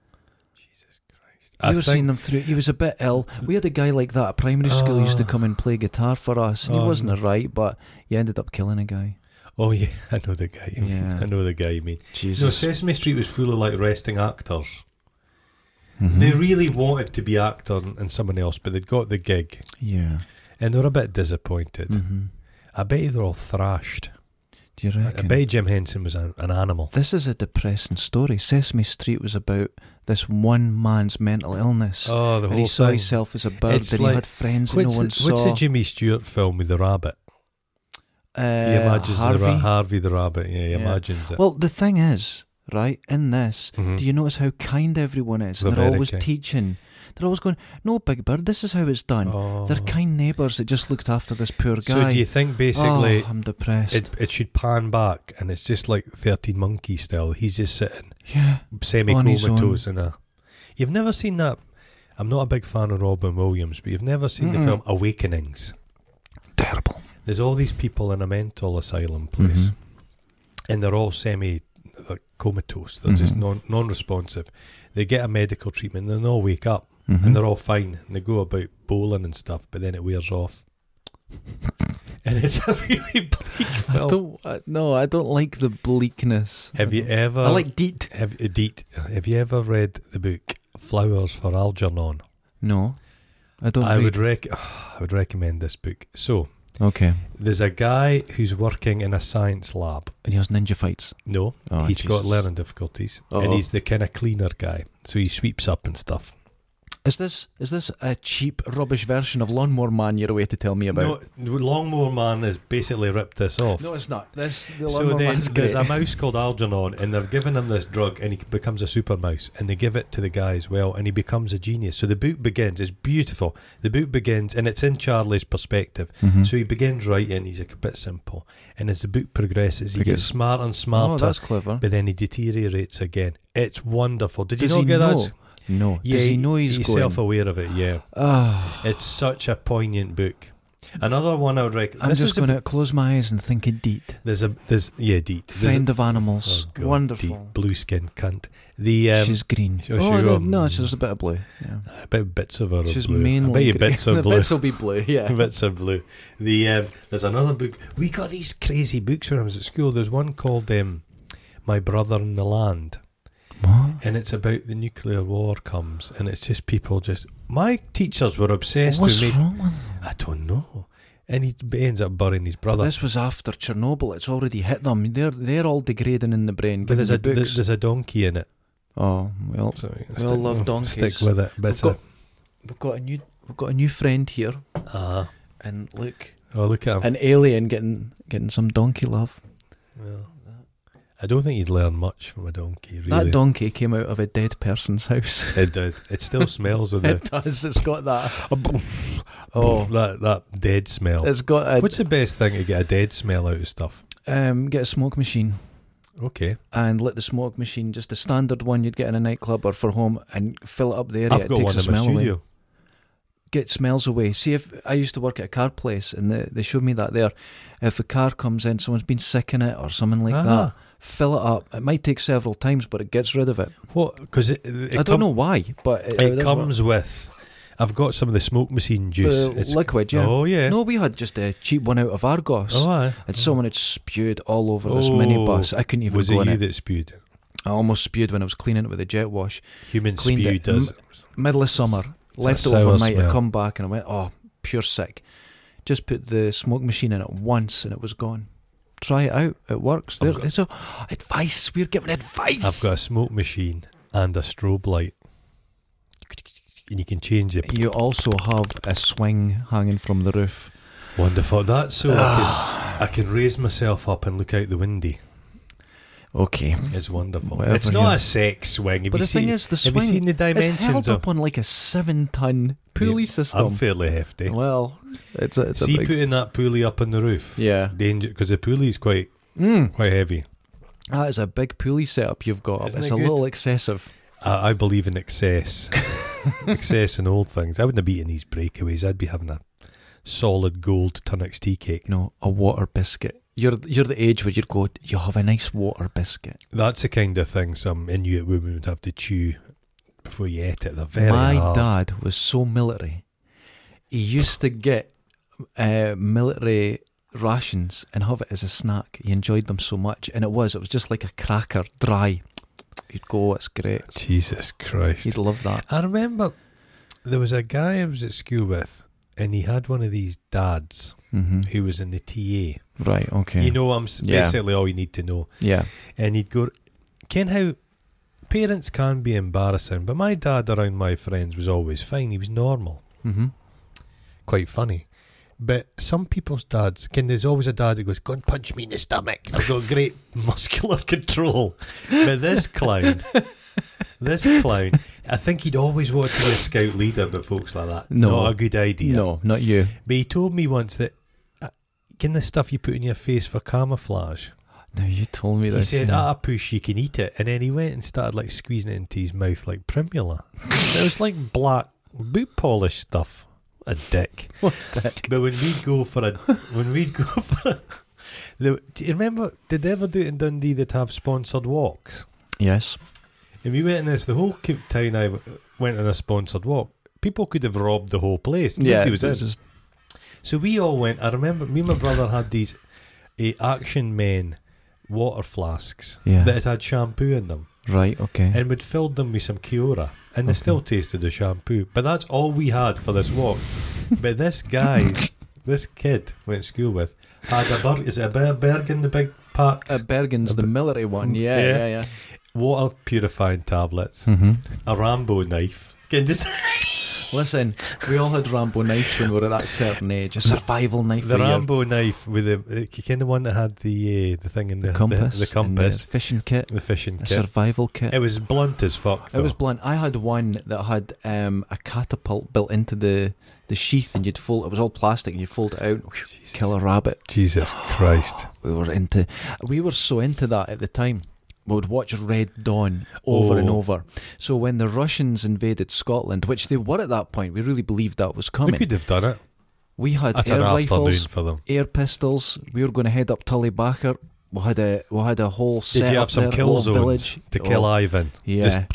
[SPEAKER 1] You
[SPEAKER 2] I
[SPEAKER 1] were
[SPEAKER 2] think-
[SPEAKER 1] seeing them through. He was a bit ill. We had a guy like that at primary school. He used to come and play guitar for us. And he
[SPEAKER 2] Ah. Oh,
[SPEAKER 1] wasn't
[SPEAKER 2] no.
[SPEAKER 1] a right, but he ended up killing a guy.
[SPEAKER 2] Oh yeah, I know the guy. You mean.
[SPEAKER 1] Yeah.
[SPEAKER 2] I know the guy. You mean? No,
[SPEAKER 1] Jesus.
[SPEAKER 2] Sesame Street was full of like resting actors.
[SPEAKER 1] Mhm.
[SPEAKER 2] They really wanted to be actor and and someone else, but they'd got the gig,
[SPEAKER 1] yeah.
[SPEAKER 2] and they were a bit disappointed.
[SPEAKER 1] Mhm.
[SPEAKER 2] I bet you they're all thrashed.
[SPEAKER 1] Do you
[SPEAKER 2] I- I
[SPEAKER 1] reckon?
[SPEAKER 2] bet Jim Henson was an, an animal.
[SPEAKER 1] This is a depressing story. Sesame Street was about this one man's mental illness.
[SPEAKER 2] Oh, the
[SPEAKER 1] and
[SPEAKER 2] whole
[SPEAKER 1] he saw
[SPEAKER 2] thing.
[SPEAKER 1] himself as a bird
[SPEAKER 2] It's
[SPEAKER 1] that he
[SPEAKER 2] like-
[SPEAKER 1] had friends that no
[SPEAKER 2] what's,
[SPEAKER 1] one
[SPEAKER 2] the,
[SPEAKER 1] saw.
[SPEAKER 2] what's the Jimmy Stewart film with the rabbit?
[SPEAKER 1] uh,
[SPEAKER 2] he imagines
[SPEAKER 1] Harvey.
[SPEAKER 2] the ra- Harvey the rabbit. Yeah, he
[SPEAKER 1] Yeah.
[SPEAKER 2] imagines it.
[SPEAKER 1] well, the thing is, right, in this,
[SPEAKER 2] Mhm.
[SPEAKER 1] do you notice how kind everyone is?
[SPEAKER 2] They're
[SPEAKER 1] and they're
[SPEAKER 2] very
[SPEAKER 1] always
[SPEAKER 2] kind.
[SPEAKER 1] teaching. They're always going, no, Big Bird, this is how it's done.
[SPEAKER 2] Oh.
[SPEAKER 1] They're kind neighbours that just looked after this poor guy.
[SPEAKER 2] So do you think basically
[SPEAKER 1] oh, I'm depressed.
[SPEAKER 2] it, it should pan back and it's just like 13 Monkeys still? He's just sitting
[SPEAKER 1] yeah.
[SPEAKER 2] semi
[SPEAKER 1] On his
[SPEAKER 2] comatose in a. You've never seen that. I'm not a big fan of Robin Williams, but you've never seen
[SPEAKER 1] Mm-mm.
[SPEAKER 2] the film Awakenings.
[SPEAKER 1] Terrible.
[SPEAKER 2] There's all these people in a mental asylum place,
[SPEAKER 1] Mhm.
[SPEAKER 2] and they're all semi they're comatose. They're just
[SPEAKER 1] Mhm.
[SPEAKER 2] non non responsive. They get a medical treatment, and they all wake up,
[SPEAKER 1] Mhm.
[SPEAKER 2] and they're all fine, and they go about bowling and stuff. But then it wears off, and it's a really bleak
[SPEAKER 1] I
[SPEAKER 2] film.
[SPEAKER 1] don't, I, no, I don't like the bleakness.
[SPEAKER 2] Have you ever?
[SPEAKER 1] I like deet.
[SPEAKER 2] Have Edith, have you ever read the book Flowers for Algernon?
[SPEAKER 1] No, I don't.
[SPEAKER 2] I
[SPEAKER 1] read.
[SPEAKER 2] would rec- I would recommend this book. So
[SPEAKER 1] Okay,
[SPEAKER 2] there's a guy who's working in a science lab.
[SPEAKER 1] and he has ninja fights.
[SPEAKER 2] No,
[SPEAKER 1] Oh,
[SPEAKER 2] he's
[SPEAKER 1] Jesus.
[SPEAKER 2] got learning difficulties, and
[SPEAKER 1] Uh-oh.
[SPEAKER 2] he's the kind of cleaner guy. So he sweeps up and stuff.
[SPEAKER 1] Is this is this a cheap rubbish version of Lawnmower Man? You're away to tell me about?
[SPEAKER 2] No, Longmore Man has basically ripped this off.
[SPEAKER 1] No, it's not. This the
[SPEAKER 2] so
[SPEAKER 1] Lawnmower
[SPEAKER 2] then
[SPEAKER 1] Man's
[SPEAKER 2] there's
[SPEAKER 1] great.
[SPEAKER 2] a mouse called Algernon, and they've given him this drug, and he becomes a super mouse, and they give it to the guy as well, and he becomes a genius. So the book begins. It's beautiful. The book begins, and it's in Charlie's perspective.
[SPEAKER 1] Mhm.
[SPEAKER 2] So he begins writing. He's like a bit simple, and as the book progresses, he
[SPEAKER 1] Because-
[SPEAKER 2] gets smarter and
[SPEAKER 1] oh,
[SPEAKER 2] smarter.
[SPEAKER 1] that's clever.
[SPEAKER 2] but then he deteriorates again. It's wonderful. Did
[SPEAKER 1] Does
[SPEAKER 2] you not
[SPEAKER 1] he
[SPEAKER 2] get
[SPEAKER 1] know?
[SPEAKER 2] that?
[SPEAKER 1] No.
[SPEAKER 2] Yeah,
[SPEAKER 1] Does he know he's, going?
[SPEAKER 2] self-aware of it. Yeah,
[SPEAKER 1] Ah,
[SPEAKER 2] it's such a poignant book. Another one I would recommend.
[SPEAKER 1] I'm
[SPEAKER 2] This
[SPEAKER 1] just
[SPEAKER 2] is a-
[SPEAKER 1] going to close my eyes and think of deet.
[SPEAKER 2] There's a there's yeah, deep.
[SPEAKER 1] Friend of animals.
[SPEAKER 2] Oh, God,
[SPEAKER 1] Wonderful.
[SPEAKER 2] Deep blue skin cunt. The um,
[SPEAKER 1] She's green.
[SPEAKER 2] Oh,
[SPEAKER 1] oh
[SPEAKER 2] she
[SPEAKER 1] no,
[SPEAKER 2] got-
[SPEAKER 1] no, she's just a bit of blue. Yeah.
[SPEAKER 2] I bet bits of her are
[SPEAKER 1] She's
[SPEAKER 2] blue.
[SPEAKER 1] mainly
[SPEAKER 2] I bet you
[SPEAKER 1] green.
[SPEAKER 2] bits are
[SPEAKER 1] the
[SPEAKER 2] blue.
[SPEAKER 1] bits will be blue. Yeah.
[SPEAKER 2] bits are blue. The um, there's another book. We got these crazy books when I was at school. There's one called um, My Brother in the Land,
[SPEAKER 1] What?
[SPEAKER 2] and it's about the nuclear war comes, and it's just people just. My teachers were obsessed
[SPEAKER 1] What's
[SPEAKER 2] with me.
[SPEAKER 1] wrong with them?
[SPEAKER 2] I don't know. And he ends up burying his brother.
[SPEAKER 1] This was after Chernobyl. It's already hit them. They're they're all degrading in the brain.
[SPEAKER 2] but
[SPEAKER 1] But
[SPEAKER 2] there's a
[SPEAKER 1] books.
[SPEAKER 2] there's a donkey in it.
[SPEAKER 1] oh well,
[SPEAKER 2] So
[SPEAKER 1] We all love donkeys.
[SPEAKER 2] Stick with it. But
[SPEAKER 1] we've
[SPEAKER 2] it's a-
[SPEAKER 1] got, we've got a new we've got a new friend here,
[SPEAKER 2] Ah.
[SPEAKER 1] and look,
[SPEAKER 2] Oh, look at him.
[SPEAKER 1] an alien getting getting some donkey love.
[SPEAKER 2] Well, I don't think you'd learn much from a donkey, really.
[SPEAKER 1] That donkey came out of a dead person's house.
[SPEAKER 2] it did. It still smells of the
[SPEAKER 1] it does. It's got that.
[SPEAKER 2] oh
[SPEAKER 1] Oh,
[SPEAKER 2] that that dead smell.
[SPEAKER 1] it's got a
[SPEAKER 2] What's the best thing to get a dead smell out of stuff?
[SPEAKER 1] um get a smoke machine.
[SPEAKER 2] Okay,
[SPEAKER 1] And let the smoke machine, just the standard one you'd get in a nightclub or for home, and fill it up the area.
[SPEAKER 2] I've
[SPEAKER 1] it
[SPEAKER 2] got
[SPEAKER 1] takes
[SPEAKER 2] one
[SPEAKER 1] the
[SPEAKER 2] in my
[SPEAKER 1] smell away.
[SPEAKER 2] studio.
[SPEAKER 1] get smells away. See if I used to work at a car place and they, they showed me that there. If a car comes in, someone's been sick in it or something like that,
[SPEAKER 2] Ah,
[SPEAKER 1] fill it up. It might take several times, but it gets rid of it.
[SPEAKER 2] What? Because it, it
[SPEAKER 1] I
[SPEAKER 2] come-
[SPEAKER 1] don't know why, but it,
[SPEAKER 2] It
[SPEAKER 1] does
[SPEAKER 2] comes with. I've got some of the smoke machine
[SPEAKER 1] work.
[SPEAKER 2] juice.
[SPEAKER 1] the
[SPEAKER 2] It's-
[SPEAKER 1] liquid. Yeah.
[SPEAKER 2] Oh yeah.
[SPEAKER 1] No, we had just a cheap one out of Argos.
[SPEAKER 2] oh, aye.
[SPEAKER 1] And someone had spewed all over this
[SPEAKER 2] Oh.
[SPEAKER 1] minibus. I couldn't even
[SPEAKER 2] Was it
[SPEAKER 1] go in
[SPEAKER 2] you
[SPEAKER 1] it.
[SPEAKER 2] that spewed? it?
[SPEAKER 1] I almost spewed when I was cleaning it with a jet wash.
[SPEAKER 2] Human
[SPEAKER 1] Cleaned
[SPEAKER 2] spew
[SPEAKER 1] it. Mm.
[SPEAKER 2] does.
[SPEAKER 1] Middle of summer,
[SPEAKER 2] It's a
[SPEAKER 1] left it over
[SPEAKER 2] sour
[SPEAKER 1] night. I
[SPEAKER 2] smell.
[SPEAKER 1] come back and I went, oh, pure sick. Just put the smoke machine in it once and it was gone. Try it out. It works.
[SPEAKER 2] I've
[SPEAKER 1] There, it's a, advice. We're giving advice.
[SPEAKER 2] I've got a smoke machine and a strobe light, and you can change the
[SPEAKER 1] You also have a swing hanging from the roof.
[SPEAKER 2] Wonderful. That's so
[SPEAKER 1] Ah.
[SPEAKER 2] I, can, I can raise myself up and look out the windy.
[SPEAKER 1] Okay.
[SPEAKER 2] It's wonderful.
[SPEAKER 1] Whatever
[SPEAKER 2] it's not
[SPEAKER 1] you-
[SPEAKER 2] a sex swing. Have
[SPEAKER 1] But
[SPEAKER 2] you
[SPEAKER 1] the thing
[SPEAKER 2] seen-
[SPEAKER 1] is, the
[SPEAKER 2] have you
[SPEAKER 1] swing
[SPEAKER 2] seen the
[SPEAKER 1] is
[SPEAKER 2] dimensions
[SPEAKER 1] held
[SPEAKER 2] of
[SPEAKER 1] up on like a seven ton pulley
[SPEAKER 2] Yeah, I'm
[SPEAKER 1] system.
[SPEAKER 2] fairly hefty.
[SPEAKER 1] Well, it's a, it's a
[SPEAKER 2] See,
[SPEAKER 1] big.
[SPEAKER 2] putting that pulley up on the roof,
[SPEAKER 1] yeah.
[SPEAKER 2] danger because the pulley's quite
[SPEAKER 1] Mm,
[SPEAKER 2] quite heavy.
[SPEAKER 1] that is a big pulley setup you've got.
[SPEAKER 2] Isn't
[SPEAKER 1] it's
[SPEAKER 2] it
[SPEAKER 1] a
[SPEAKER 2] good?
[SPEAKER 1] little excessive.
[SPEAKER 2] I, I believe in excess, excess in old things. I wouldn't have eaten these breakaways. I'd be having a solid gold Tunnocks tea cake.
[SPEAKER 1] You know, a water biscuit. You're you're the age where you'd go. You have a nice water biscuit.
[SPEAKER 2] That's the kind of thing some Inuit women would have to chew before you ate it. They're very
[SPEAKER 1] My
[SPEAKER 2] hard.
[SPEAKER 1] dad was so military. He used to get uh, military rations and have it as a snack. He enjoyed them so much, and it was it was just like a cracker, dry. He'd go, it's great.
[SPEAKER 2] Jesus Christ!
[SPEAKER 1] He'd love that.
[SPEAKER 2] I remember there was a guy I was at school with, and he had one of these dads
[SPEAKER 1] hmm
[SPEAKER 2] who was in the TA.
[SPEAKER 1] Right. Okay.
[SPEAKER 2] You know, I'm s-
[SPEAKER 1] Yeah.
[SPEAKER 2] basically all you need to know.
[SPEAKER 1] Yeah.
[SPEAKER 2] And he'd go, Ken, how parents can be embarrassing, but my dad around my friends was always fine. He was normal,
[SPEAKER 1] Mm-hmm.
[SPEAKER 2] quite funny. But some people's dads, Ken, there's always a dad that goes, Go and punch me in the stomach. I've got great muscular control. But this clown, this clown, I think he'd always wanted to be a scout leader, but folks like that,
[SPEAKER 1] No.
[SPEAKER 2] not a good idea.
[SPEAKER 1] No, not you.
[SPEAKER 2] But he told me once that, uh, Ken, the stuff you put in your face for camouflage.
[SPEAKER 1] No, you told me
[SPEAKER 2] He
[SPEAKER 1] this.
[SPEAKER 2] said,
[SPEAKER 1] yeah.
[SPEAKER 2] "Ah, push, you can eat it," and then he went and started like squeezing it into his mouth like primula. it was like black boot polish stuff. A dick.
[SPEAKER 1] What the heck?
[SPEAKER 2] But when we'd go for a, when we'd go for a, the, do you remember? Did they ever do it in Dundee? That have sponsored walks,
[SPEAKER 1] Yes.
[SPEAKER 2] and we went in this. The whole co- town I w- went on a sponsored walk. People could have robbed the whole place. Nobody was
[SPEAKER 1] it
[SPEAKER 2] in.
[SPEAKER 1] was just-
[SPEAKER 2] So we all went. I remember me and my brother had these eh, Action Men water flasks
[SPEAKER 1] Yeah.
[SPEAKER 2] that had had shampoo in them
[SPEAKER 1] right. Okay.
[SPEAKER 2] and we'd filled them with some Kiora, and they
[SPEAKER 1] Okay.
[SPEAKER 2] still tasted the shampoo. But that's all we had for this walk. but this guy, this kid, went to school with had a burger. Is it a Ber- Bergen the big packs?
[SPEAKER 1] Uh, Bergen's the
[SPEAKER 2] Uh,
[SPEAKER 1] military one. Yeah.
[SPEAKER 2] yeah.
[SPEAKER 1] Yeah. Yeah.
[SPEAKER 2] Water purifying tablets,
[SPEAKER 1] Mm-hmm.
[SPEAKER 2] a Rambo knife. Can just
[SPEAKER 1] Listen, we all had Rambo knives when we were at that certain age. A survival knife.
[SPEAKER 2] the
[SPEAKER 1] where you're-
[SPEAKER 2] Rambo knife with the uh, kind of one that had the uh, the thing in the
[SPEAKER 1] the compass,
[SPEAKER 2] the,
[SPEAKER 1] and the
[SPEAKER 2] compass,
[SPEAKER 1] fishing kit,
[SPEAKER 2] the fishing
[SPEAKER 1] a
[SPEAKER 2] kit.
[SPEAKER 1] survival kit.
[SPEAKER 2] It was blunt as fuck.
[SPEAKER 1] It was
[SPEAKER 2] though.
[SPEAKER 1] blunt. I had one that had um, a catapult built into the, the sheath, and you'd fold. It was all plastic, and you fold it out, and whew,
[SPEAKER 2] Jesus.
[SPEAKER 1] kill a rabbit.
[SPEAKER 2] Jesus Christ.
[SPEAKER 1] We were into, we were so into that at the time. We would watch Red Dawn over and
[SPEAKER 2] Oh.
[SPEAKER 1] over. So when the Russians invaded Scotland, which they were at that point, we really believed that was
[SPEAKER 2] They
[SPEAKER 1] coming.
[SPEAKER 2] could have done it.
[SPEAKER 1] we had
[SPEAKER 2] That's
[SPEAKER 1] air
[SPEAKER 2] an
[SPEAKER 1] rifles,
[SPEAKER 2] afternoon for them.
[SPEAKER 1] air pistols. We were going to head up Tully Bacher. We had a we had a whole set
[SPEAKER 2] Did you
[SPEAKER 1] up
[SPEAKER 2] have some
[SPEAKER 1] there,
[SPEAKER 2] kill
[SPEAKER 1] whole
[SPEAKER 2] zones
[SPEAKER 1] village
[SPEAKER 2] to kill
[SPEAKER 1] Oh,
[SPEAKER 2] Ivan?
[SPEAKER 1] Yeah,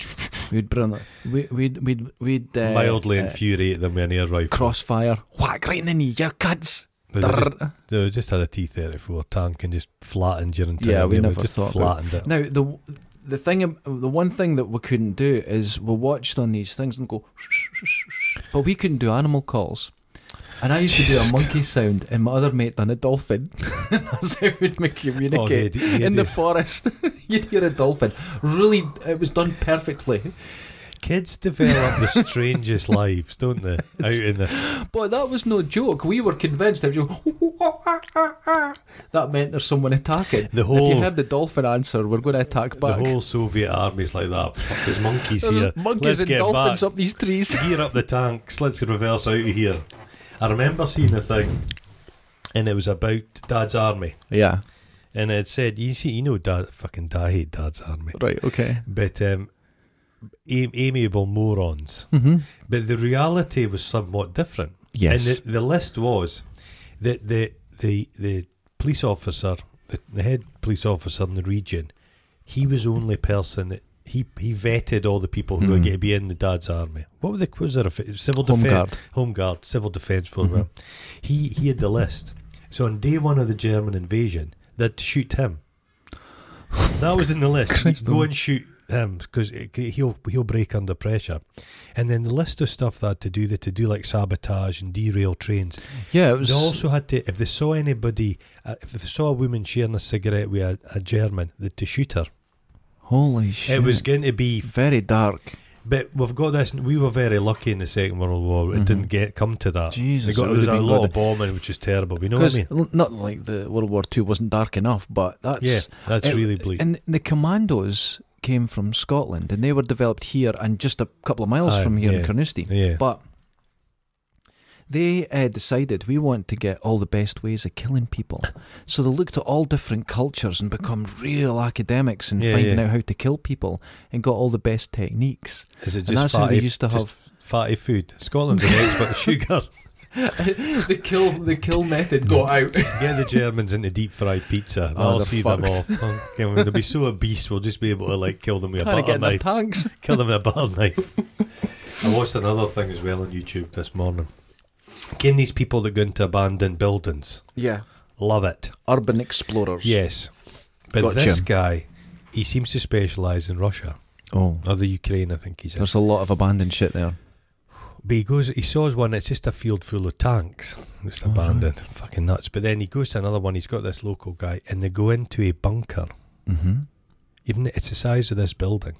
[SPEAKER 1] we'd bring we, we'd we'd we'd uh,
[SPEAKER 2] mildly
[SPEAKER 1] uh,
[SPEAKER 2] infuriate them when he arrived.
[SPEAKER 1] crossfire, whack right in the knee, you cunts.
[SPEAKER 2] they, just, they just had a T thirty four tank and just flattened your entire.
[SPEAKER 1] Yeah, we
[SPEAKER 2] neighbour,
[SPEAKER 1] never
[SPEAKER 2] just
[SPEAKER 1] thought that.
[SPEAKER 2] flattened it.
[SPEAKER 1] Now the the thing, ab- the one thing that we couldn't do is we watched on these things and go, but we couldn't do animal calls. And I used to do a monkey sound, and my other mate done a dolphin. That's how we'd make
[SPEAKER 2] Oh, they
[SPEAKER 1] communicate
[SPEAKER 2] had- they had
[SPEAKER 1] in the
[SPEAKER 2] these-
[SPEAKER 1] forest. You'd hear a dolphin. Really, it was done perfectly.
[SPEAKER 2] kids develop the strangest lives, don't they? Out in the
[SPEAKER 1] Boy, that was no joke. We were convinced that you that meant there's someone attacking.
[SPEAKER 2] The
[SPEAKER 1] if
[SPEAKER 2] whole-
[SPEAKER 1] you heard the dolphin answer, we're going to attack
[SPEAKER 2] the
[SPEAKER 1] back.
[SPEAKER 2] whole Soviet army's like that. Fuck, There's monkeys
[SPEAKER 1] There's
[SPEAKER 2] here.
[SPEAKER 1] monkeys
[SPEAKER 2] Let's
[SPEAKER 1] and
[SPEAKER 2] get
[SPEAKER 1] dolphins
[SPEAKER 2] back.
[SPEAKER 1] up these trees.
[SPEAKER 2] Gear up the tanks. Let's reverse out of here. I remember seeing the thing, and it was about Dad's army,
[SPEAKER 1] Yeah.
[SPEAKER 2] and it said, "You see, you know, Dad, fucking, Dad, I hate Dad's army."
[SPEAKER 1] Right. Okay.
[SPEAKER 2] but um, am- amiable morons.
[SPEAKER 1] Mm-hmm.
[SPEAKER 2] But the reality was somewhat different.
[SPEAKER 1] Yes.
[SPEAKER 2] And the, the list was that the the the police officer, the, the head police officer in the region, he was the only person that he he vetted all the people who were
[SPEAKER 1] Mm.
[SPEAKER 2] going to be in the dad's army. What were the was there a f- civil
[SPEAKER 1] Home
[SPEAKER 2] defense,
[SPEAKER 1] guard. Mm-hmm.
[SPEAKER 2] home guard, civil defense force? well, He he had the list. So on day one of the German invasion, they had to shoot him. That was in the list.
[SPEAKER 1] Christ
[SPEAKER 2] Go
[SPEAKER 1] almighty.
[SPEAKER 2] and shoot him because he'll he'll break under pressure. And then the list of stuff they had to do, they had to do like sabotage and derail trains.
[SPEAKER 1] Yeah. It was.
[SPEAKER 2] They also had to, if they saw anybody, uh, if they saw a woman sharing a cigarette with a, a German, they had to shoot her.
[SPEAKER 1] Holy shit.
[SPEAKER 2] It was going to be
[SPEAKER 1] very dark.
[SPEAKER 2] But we've got this. We were very lucky in the Second World War. It
[SPEAKER 1] Mhm.
[SPEAKER 2] didn't get come to that.
[SPEAKER 1] Jesus,
[SPEAKER 2] They got,
[SPEAKER 1] it
[SPEAKER 2] there was
[SPEAKER 1] would've
[SPEAKER 2] a
[SPEAKER 1] been
[SPEAKER 2] lot
[SPEAKER 1] good.
[SPEAKER 2] of bombing, which is terrible. But you know what
[SPEAKER 1] 'Cause
[SPEAKER 2] I mean?
[SPEAKER 1] l- Not like the World War Two wasn't dark enough, but that's
[SPEAKER 2] Yeah, that's
[SPEAKER 1] it-
[SPEAKER 2] really bleak.
[SPEAKER 1] And the commandos came from Scotland, and they were developed here and just a couple of miles
[SPEAKER 2] Aye,
[SPEAKER 1] from here in
[SPEAKER 2] yeah.
[SPEAKER 1] Carnoustie.
[SPEAKER 2] Yeah,
[SPEAKER 1] But they uh, decided we want to get all the best ways of killing people. So they looked at all different cultures and become real academics and
[SPEAKER 2] Yeah,
[SPEAKER 1] finding
[SPEAKER 2] yeah.
[SPEAKER 1] out how to kill people and got all the best techniques.
[SPEAKER 2] is it
[SPEAKER 1] and
[SPEAKER 2] just
[SPEAKER 1] that's how
[SPEAKER 2] fatty?
[SPEAKER 1] they used to
[SPEAKER 2] just
[SPEAKER 1] have
[SPEAKER 2] fatty food. Scotland's an expert at sugar.
[SPEAKER 1] the kill the kill method got out.
[SPEAKER 2] Get the Germans into deep fried pizza.
[SPEAKER 1] Oh,
[SPEAKER 2] I'll
[SPEAKER 1] they're
[SPEAKER 2] see them off.
[SPEAKER 1] fucked.
[SPEAKER 2] Okay, well, they'll be so obese, we'll just be able to like kill them with a
[SPEAKER 1] Trying to
[SPEAKER 2] butter
[SPEAKER 1] get in their
[SPEAKER 2] knife.
[SPEAKER 1] tanks.
[SPEAKER 2] Kill them with a butter knife. I watched another thing as well on YouTube this morning. Can these people that go into abandoned buildings
[SPEAKER 1] Yeah,
[SPEAKER 2] love it?
[SPEAKER 1] urban explorers.
[SPEAKER 2] Yes, but
[SPEAKER 1] Gotcha.
[SPEAKER 2] this guy, he seems to specialise in Russia
[SPEAKER 1] Oh,
[SPEAKER 2] or the Ukraine. I think he's in.
[SPEAKER 1] there's a lot of abandoned shit there.
[SPEAKER 2] But he goes, he saws one, it's just a field full of tanks. It's
[SPEAKER 1] Oh,
[SPEAKER 2] abandoned. Fucking nuts. But then he goes to another one, he's got this local guy, and they go into a bunker.
[SPEAKER 1] Mm-hmm.
[SPEAKER 2] Even It's the size of this building,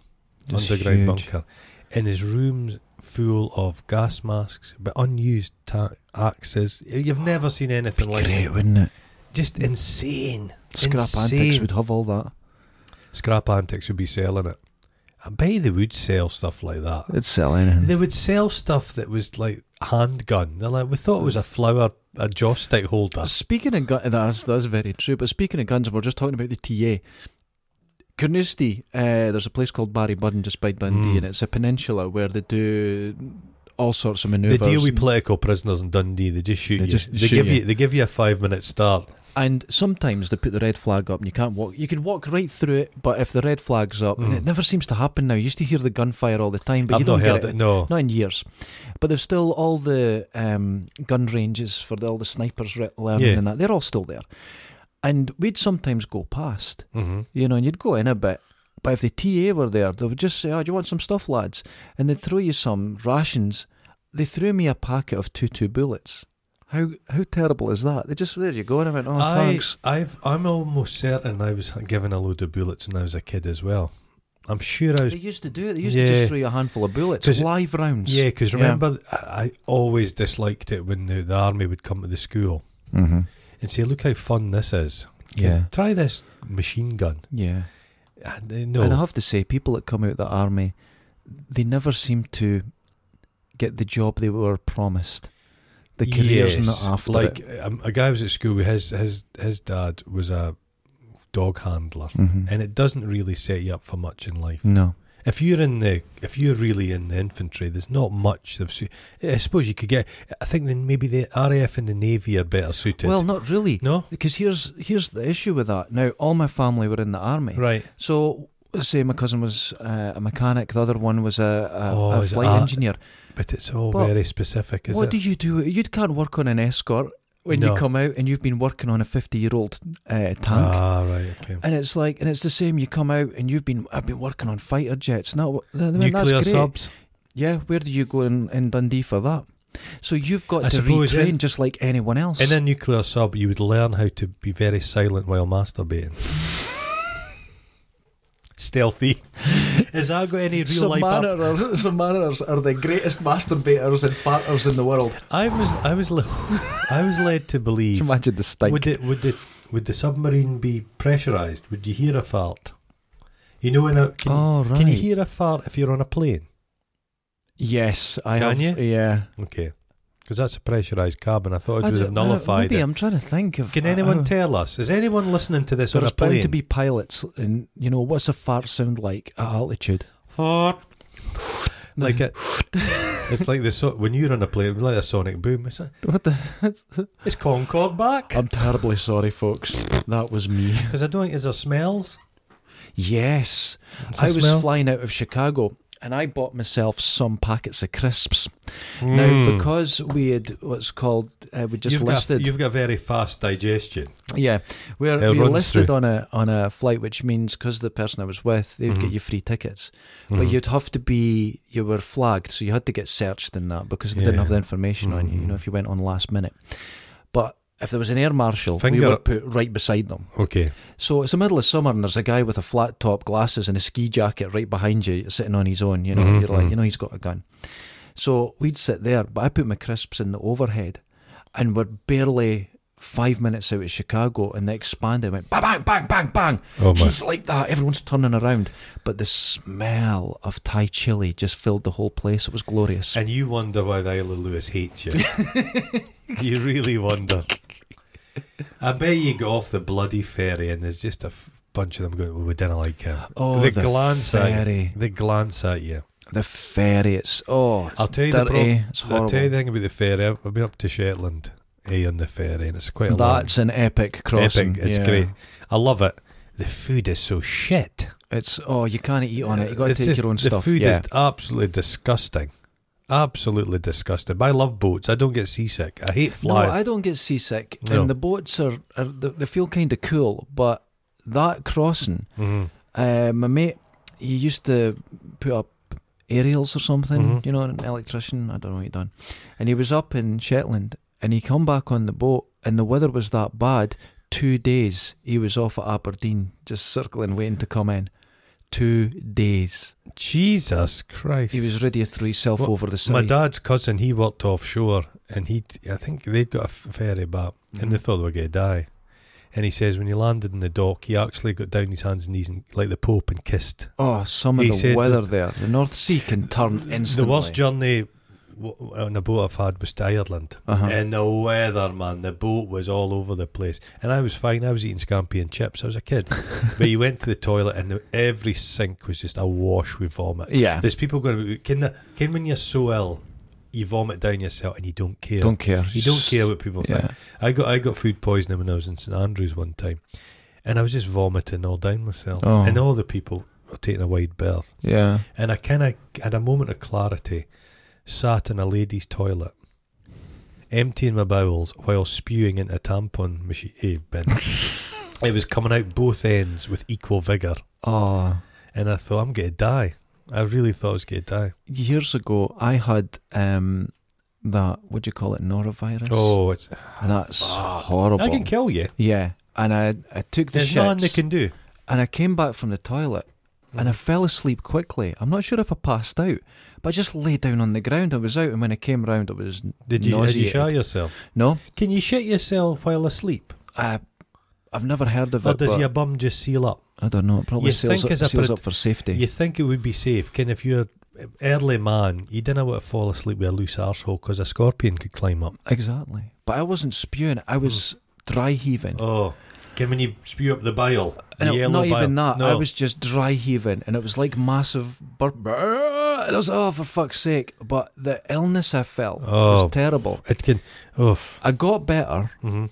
[SPEAKER 1] It's
[SPEAKER 2] underground
[SPEAKER 1] huge.
[SPEAKER 2] bunker. And his room's full of gas masks, but unused ta- axes. You've never seen anything like
[SPEAKER 1] Great,
[SPEAKER 2] it.
[SPEAKER 1] wouldn't it?
[SPEAKER 2] Just insane.
[SPEAKER 1] Scrap antics
[SPEAKER 2] Insane.
[SPEAKER 1] would have all that.
[SPEAKER 2] Scrap Antics would be selling it. I bet they would sell stuff like that.
[SPEAKER 1] It'd sell anything.
[SPEAKER 2] They would sell stuff that was like handgun. They're like, we thought it was a flower, a joss stick holder.
[SPEAKER 1] Uh, Speaking of guns, that's, that's very true. But speaking of guns, we're just talking about the TA. Carnoustie, uh, there's a place called Barry Budden just by Dundee,
[SPEAKER 2] Mm.
[SPEAKER 1] and it's a peninsula where they do all sorts of
[SPEAKER 2] They
[SPEAKER 1] manoeuvres.
[SPEAKER 2] deal with political prisoners in Dundee. They just shoot
[SPEAKER 1] They
[SPEAKER 2] you.
[SPEAKER 1] just
[SPEAKER 2] they
[SPEAKER 1] shoot
[SPEAKER 2] give you.
[SPEAKER 1] you.
[SPEAKER 2] They give you a five minute start.
[SPEAKER 1] and sometimes they put the red flag up, and you can't walk. You can walk right through it, but if the red flag's up, and
[SPEAKER 2] Mm.
[SPEAKER 1] it never seems to happen now. You used to hear the gunfire all the time, but you
[SPEAKER 2] I've
[SPEAKER 1] don't
[SPEAKER 2] not heard
[SPEAKER 1] get
[SPEAKER 2] it. No.
[SPEAKER 1] Not in years, but there's still all the um, gun ranges for the, all the snipers re- learning
[SPEAKER 2] Yeah.
[SPEAKER 1] and that. They're all still there, and we'd sometimes go past,
[SPEAKER 2] hmm
[SPEAKER 1] you know, and you'd go in a bit. But if the TA were there, they would just say, Oh, do you want some stuff, lads? And they'd throw you some rations. They threw me a packet of 2 2 bullets. How how terrible is that? They just, there you go. And I went, Oh,
[SPEAKER 2] I,
[SPEAKER 1] thanks.
[SPEAKER 2] I've, I'm almost certain I was given a load of bullets when I was a kid as well. I'm sure I was.
[SPEAKER 1] They used to do it. They used to
[SPEAKER 2] Yeah.
[SPEAKER 1] just throw you a handful of bullets,
[SPEAKER 2] 'Cause-
[SPEAKER 1] live rounds.
[SPEAKER 2] Yeah, because
[SPEAKER 1] Yeah.
[SPEAKER 2] remember, I I always disliked it when the, the army would come to the school
[SPEAKER 1] Mm-hmm.
[SPEAKER 2] and say, "Look how fun this is!
[SPEAKER 1] Yeah.
[SPEAKER 2] try this machine gun."
[SPEAKER 1] Yeah.
[SPEAKER 2] And they- no,
[SPEAKER 1] And I have to say, people that come out of the army, they never seem to get the job they were promised. The career's
[SPEAKER 2] Yes,
[SPEAKER 1] not after
[SPEAKER 2] like um, a guy was at school. His his his dad was a dog handler,
[SPEAKER 1] hmm
[SPEAKER 2] and it doesn't really set you up for much in life.
[SPEAKER 1] no.
[SPEAKER 2] If you're in the if you're really in the infantry, there's not much. Of, su- I suppose you could get. I think then maybe the RAF and the navy are better suited.
[SPEAKER 1] Well, not really.
[SPEAKER 2] no,
[SPEAKER 1] Because here's here's the issue with that. Now, all my family were in the army,
[SPEAKER 2] right?
[SPEAKER 1] so say my cousin was uh, a mechanic, the other one was a, a,
[SPEAKER 2] Oh,
[SPEAKER 1] a
[SPEAKER 2] is it
[SPEAKER 1] flight
[SPEAKER 2] that?
[SPEAKER 1] engineer.
[SPEAKER 2] But it's all
[SPEAKER 1] But
[SPEAKER 2] very specific, is
[SPEAKER 1] what
[SPEAKER 2] it?
[SPEAKER 1] do you do? You can't work on an escort when
[SPEAKER 2] No.
[SPEAKER 1] you come out and you've been working on a fifty-year-old uh, tank.
[SPEAKER 2] ah, right. Okay.
[SPEAKER 1] And it's like, and it's the same. You come out and you've been, I've been working on fighter jets. Now, I mean, that's
[SPEAKER 2] Nuclear
[SPEAKER 1] great.
[SPEAKER 2] subs.
[SPEAKER 1] Yeah, where do you go in, in Dundee for that? So you've got
[SPEAKER 2] I
[SPEAKER 1] to
[SPEAKER 2] suppose
[SPEAKER 1] retrain
[SPEAKER 2] in-
[SPEAKER 1] just like anyone else.
[SPEAKER 2] In a nuclear sub, you would learn how to be very silent while masturbating. Stealthy. Has that got any real life? app-
[SPEAKER 1] Submariners are the greatest masturbators and farters in the world.
[SPEAKER 2] I was, I was, le- I was led to believe.
[SPEAKER 1] imagine the stink?
[SPEAKER 2] Would it, would the, would the submarine be pressurized? Would you hear a fart? You know, in a can,
[SPEAKER 1] oh right.
[SPEAKER 2] can you hear a fart if you're on a plane?
[SPEAKER 1] Yes, I
[SPEAKER 2] Can
[SPEAKER 1] have. Yeah.
[SPEAKER 2] Okay, because that's a pressurized cabin. I thought
[SPEAKER 1] I
[SPEAKER 2] it would
[SPEAKER 1] don't-
[SPEAKER 2] have nullified
[SPEAKER 1] uh, maybe
[SPEAKER 2] it.
[SPEAKER 1] I'm trying to think of.
[SPEAKER 2] Can anyone
[SPEAKER 1] uh,
[SPEAKER 2] tell us? Is anyone listening to this on
[SPEAKER 1] There's
[SPEAKER 2] a
[SPEAKER 1] bound
[SPEAKER 2] plane?
[SPEAKER 1] to be pilots, and you know what's a fart sound like at altitude?
[SPEAKER 2] Fart. like it, it's like the so- when you're on a plane, it's like a sonic boom. It's, like,
[SPEAKER 1] What the?
[SPEAKER 2] is Concorde back?
[SPEAKER 1] I'm terribly sorry, folks. That was me.
[SPEAKER 2] Because I don't think is there smells.
[SPEAKER 1] Yes.
[SPEAKER 2] Is there
[SPEAKER 1] I was
[SPEAKER 2] smell?
[SPEAKER 1] flying out of Chicago and I bought myself some packets of crisps. Now,
[SPEAKER 2] Mm.
[SPEAKER 1] because we had what's called, uh, we just
[SPEAKER 2] you've
[SPEAKER 1] listed.
[SPEAKER 2] Got, you've got very fast digestion.
[SPEAKER 1] yeah. We're,
[SPEAKER 2] It
[SPEAKER 1] we
[SPEAKER 2] runs
[SPEAKER 1] listed
[SPEAKER 2] through.
[SPEAKER 1] on a on a flight, which means because the person I was with, they'd
[SPEAKER 2] Mhm.
[SPEAKER 1] get you free tickets. But
[SPEAKER 2] Mhm.
[SPEAKER 1] you'd have to be, you were flagged, so you had to get searched in that because they
[SPEAKER 2] Yeah.
[SPEAKER 1] didn't have the information on you, you
[SPEAKER 2] Mhm.
[SPEAKER 1] know, if you went on last minute. But if there was an air marshal, we
[SPEAKER 2] Finger
[SPEAKER 1] were
[SPEAKER 2] up.
[SPEAKER 1] put right beside them.
[SPEAKER 2] Okay.
[SPEAKER 1] So it's the middle of summer, and there's a guy with a flat top, glasses, and a ski jacket right behind you, sitting on his own. You know,
[SPEAKER 2] Mhm,
[SPEAKER 1] you're like,
[SPEAKER 2] mhm.
[SPEAKER 1] you know, he's got a gun. So we'd sit there, but I put my crisps in the overhead, and we're barely five minutes out of Chicago, and the expander went bang, bang, bang, bang, bang.
[SPEAKER 2] Oh my.
[SPEAKER 1] Just like that, everyone's turning around, but the smell of Thai chili just filled the whole place. It was glorious.
[SPEAKER 2] And you wonder why Isla Lewis hates you. you really wonder. I bet you go off the bloody ferry and there's just a f- bunch of them going, well, we didn't like him.
[SPEAKER 1] Oh,
[SPEAKER 2] they
[SPEAKER 1] the
[SPEAKER 2] glance at you.
[SPEAKER 1] ferry,
[SPEAKER 2] They glance at you.
[SPEAKER 1] the ferry. It's oh, it's
[SPEAKER 2] I'll tell you the
[SPEAKER 1] dirty.
[SPEAKER 2] problem-
[SPEAKER 1] it's
[SPEAKER 2] I'll
[SPEAKER 1] horrible.
[SPEAKER 2] tell you the thing about the ferry. I've I've been up to Shetland, eh, on the ferry, and it's quite a long
[SPEAKER 1] That's an epic crossing.
[SPEAKER 2] Epic. It's
[SPEAKER 1] yeah.
[SPEAKER 2] great. I love it. The food is so shit.
[SPEAKER 1] It's oh, you can't eat on it. You got to
[SPEAKER 2] It's
[SPEAKER 1] take
[SPEAKER 2] just-
[SPEAKER 1] your own
[SPEAKER 2] the
[SPEAKER 1] stuff.
[SPEAKER 2] food
[SPEAKER 1] yeah.
[SPEAKER 2] is absolutely disgusting. Absolutely disgusting. But I love boats. I don't get seasick. I hate
[SPEAKER 1] no,
[SPEAKER 2] flying.
[SPEAKER 1] I don't get seasick,
[SPEAKER 2] No.
[SPEAKER 1] and the boats are, are they they feel kind of cool. But that crossing,
[SPEAKER 2] Mhm.
[SPEAKER 1] uh, my mate, he used to put up aerials or something.
[SPEAKER 2] Mhm.
[SPEAKER 1] You know, an electrician. I don't know what he done, and he was up in Shetland, and he come back on the boat, and the weather was that bad. Two days he was off at Aberdeen, just circling, waiting to come in. Two days.
[SPEAKER 2] Jesus Christ.
[SPEAKER 1] He was ready to throw himself
[SPEAKER 2] Well,
[SPEAKER 1] over the side.
[SPEAKER 2] My dad's cousin, he worked offshore and he, I think they'd got a f- ferry back
[SPEAKER 1] Mm-hmm.
[SPEAKER 2] and they thought they were going to die. And he says when he landed in the dock, he actually got down his hands and knees and, like the Pope and kissed.
[SPEAKER 1] Oh, some of
[SPEAKER 2] He
[SPEAKER 1] the
[SPEAKER 2] said
[SPEAKER 1] weather there. The North Sea can turn instantly.
[SPEAKER 2] The worst journey w- on a boat I've had was to Ireland.
[SPEAKER 1] Uh-huh.
[SPEAKER 2] And the weather, man, the boat was all over the place. And I was fine. I was eating scampi and chips. I was a kid. but you went to the toilet and the- every sink was just awash with vomit.
[SPEAKER 1] yeah,
[SPEAKER 2] There's people going to be, can, the, can when you're so ill, you vomit down yourself and you don't care.
[SPEAKER 1] don't care.
[SPEAKER 2] You don't care what people think.
[SPEAKER 1] Yeah.
[SPEAKER 2] I got I got food poisoning when I was in St Andrews one time, and I was just vomiting all down myself,
[SPEAKER 1] Oh.
[SPEAKER 2] and all the people were taking a wide berth,
[SPEAKER 1] yeah.
[SPEAKER 2] and I kind of had a moment of clarity, sat in a lady's toilet, emptying my bowels while spewing into a tampon machine eh, bin. it was coming out both ends with equal vigor,
[SPEAKER 1] Oh,
[SPEAKER 2] and I thought I'm gonna die. I really thought I was gonna die.
[SPEAKER 1] years ago I had um that what do you call it norovirus?
[SPEAKER 2] Oh, it's
[SPEAKER 1] and that's
[SPEAKER 2] fuck.
[SPEAKER 1] horrible.
[SPEAKER 2] I can kill you.
[SPEAKER 1] yeah, and I I took the
[SPEAKER 2] There's nothing they
[SPEAKER 1] shits
[SPEAKER 2] can do.
[SPEAKER 1] and I came back from the toilet and
[SPEAKER 2] Hmm.
[SPEAKER 1] I fell asleep quickly. I'm not sure if I passed out, but I just lay down on the ground. I was out, and when I came round, I was
[SPEAKER 2] Did you, did you
[SPEAKER 1] nauseated.
[SPEAKER 2] shot yourself?
[SPEAKER 1] no.
[SPEAKER 2] Can you shit yourself while asleep?
[SPEAKER 1] I, I've never heard of
[SPEAKER 2] Or
[SPEAKER 1] it.
[SPEAKER 2] does
[SPEAKER 1] but
[SPEAKER 2] your bum just seal up?
[SPEAKER 1] I don't know. It probably
[SPEAKER 2] You
[SPEAKER 1] seals,
[SPEAKER 2] think
[SPEAKER 1] up,
[SPEAKER 2] as a
[SPEAKER 1] seals
[SPEAKER 2] pro-
[SPEAKER 1] up for safety.
[SPEAKER 2] You think it would be safe? Can if you're an early man, you didn't want to fall asleep with a loose arsehole because a scorpion could climb up.
[SPEAKER 1] Exactly. But I wasn't spewing, I was dry heaving.
[SPEAKER 2] Mm. Oh, can when you spew up the bile? the
[SPEAKER 1] and it-
[SPEAKER 2] yellow
[SPEAKER 1] not
[SPEAKER 2] bile.
[SPEAKER 1] even that.
[SPEAKER 2] No.
[SPEAKER 1] I was just dry heaving, and it was like massive burp. And I was oh, for fuck's sake! But the illness I felt
[SPEAKER 2] Oh.
[SPEAKER 1] was terrible.
[SPEAKER 2] It can. Oh.
[SPEAKER 1] I got better.
[SPEAKER 2] Mm-hmm.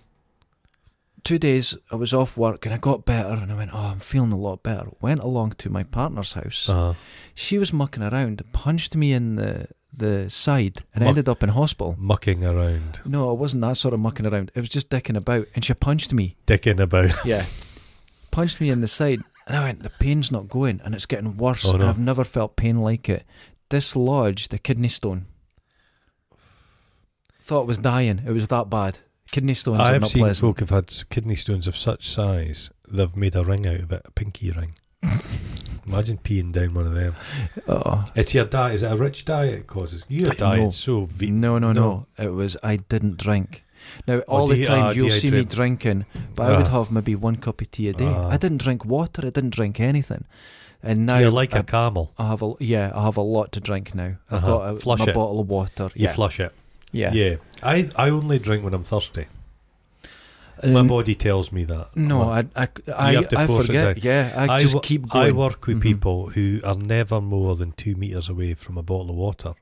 [SPEAKER 1] Two days I was off work, and I got better, and I went, oh, I'm feeling a lot better. Went along to my partner's house.
[SPEAKER 2] Uh-huh.
[SPEAKER 1] She was mucking around, punched me in the the side, and I
[SPEAKER 2] Muck-
[SPEAKER 1] ended up in hospital.
[SPEAKER 2] Mucking around,
[SPEAKER 1] No, it wasn't that sort of mucking around. It was just dicking about, and she punched me.
[SPEAKER 2] dicking about.
[SPEAKER 1] Yeah. Punched me in the side, and I went, the pain's not going, and it's getting worse,
[SPEAKER 2] Oh,
[SPEAKER 1] and
[SPEAKER 2] no.
[SPEAKER 1] I've never felt pain like it. Dislodged a kidney stone. Thought it was dying. It was that bad. Kidney stones are
[SPEAKER 2] I've
[SPEAKER 1] not
[SPEAKER 2] seen
[SPEAKER 1] pleasant.
[SPEAKER 2] folk have had s- kidney stones of such size they've made a ring out of it, a pinky ring. Imagine peeing down one of them.
[SPEAKER 1] Oh.
[SPEAKER 2] It's your diet. Is it a rich diet? Causes your
[SPEAKER 1] No.
[SPEAKER 2] diet so ve-
[SPEAKER 1] No, no,
[SPEAKER 2] no.
[SPEAKER 1] no, It was, I didn't drink. Now, all
[SPEAKER 2] de-
[SPEAKER 1] the time
[SPEAKER 2] ah,
[SPEAKER 1] you'll see me
[SPEAKER 2] dehydrate.
[SPEAKER 1] drinking, but I would have maybe one cup of tea a day.
[SPEAKER 2] Ah.
[SPEAKER 1] I didn't drink water, I didn't drink anything. And now
[SPEAKER 2] You're like
[SPEAKER 1] I,
[SPEAKER 2] a camel.
[SPEAKER 1] I have a yeah, I have a lot to drink now. I've
[SPEAKER 2] Uh-huh.
[SPEAKER 1] got a,
[SPEAKER 2] Flush
[SPEAKER 1] my
[SPEAKER 2] it.
[SPEAKER 1] bottle of water.
[SPEAKER 2] You
[SPEAKER 1] yeah.
[SPEAKER 2] flush it.
[SPEAKER 1] yeah,
[SPEAKER 2] Yeah. I I only drink when I'm thirsty.
[SPEAKER 1] And-
[SPEAKER 2] My body tells me that.
[SPEAKER 1] No, I, I, I,
[SPEAKER 2] have to
[SPEAKER 1] I
[SPEAKER 2] force it
[SPEAKER 1] forget.
[SPEAKER 2] down.
[SPEAKER 1] Yeah, I, just
[SPEAKER 2] wo-
[SPEAKER 1] keep
[SPEAKER 2] I
[SPEAKER 1] going.
[SPEAKER 2] work with
[SPEAKER 1] Mhm.
[SPEAKER 2] people who are never more than two meters away from a bottle of water.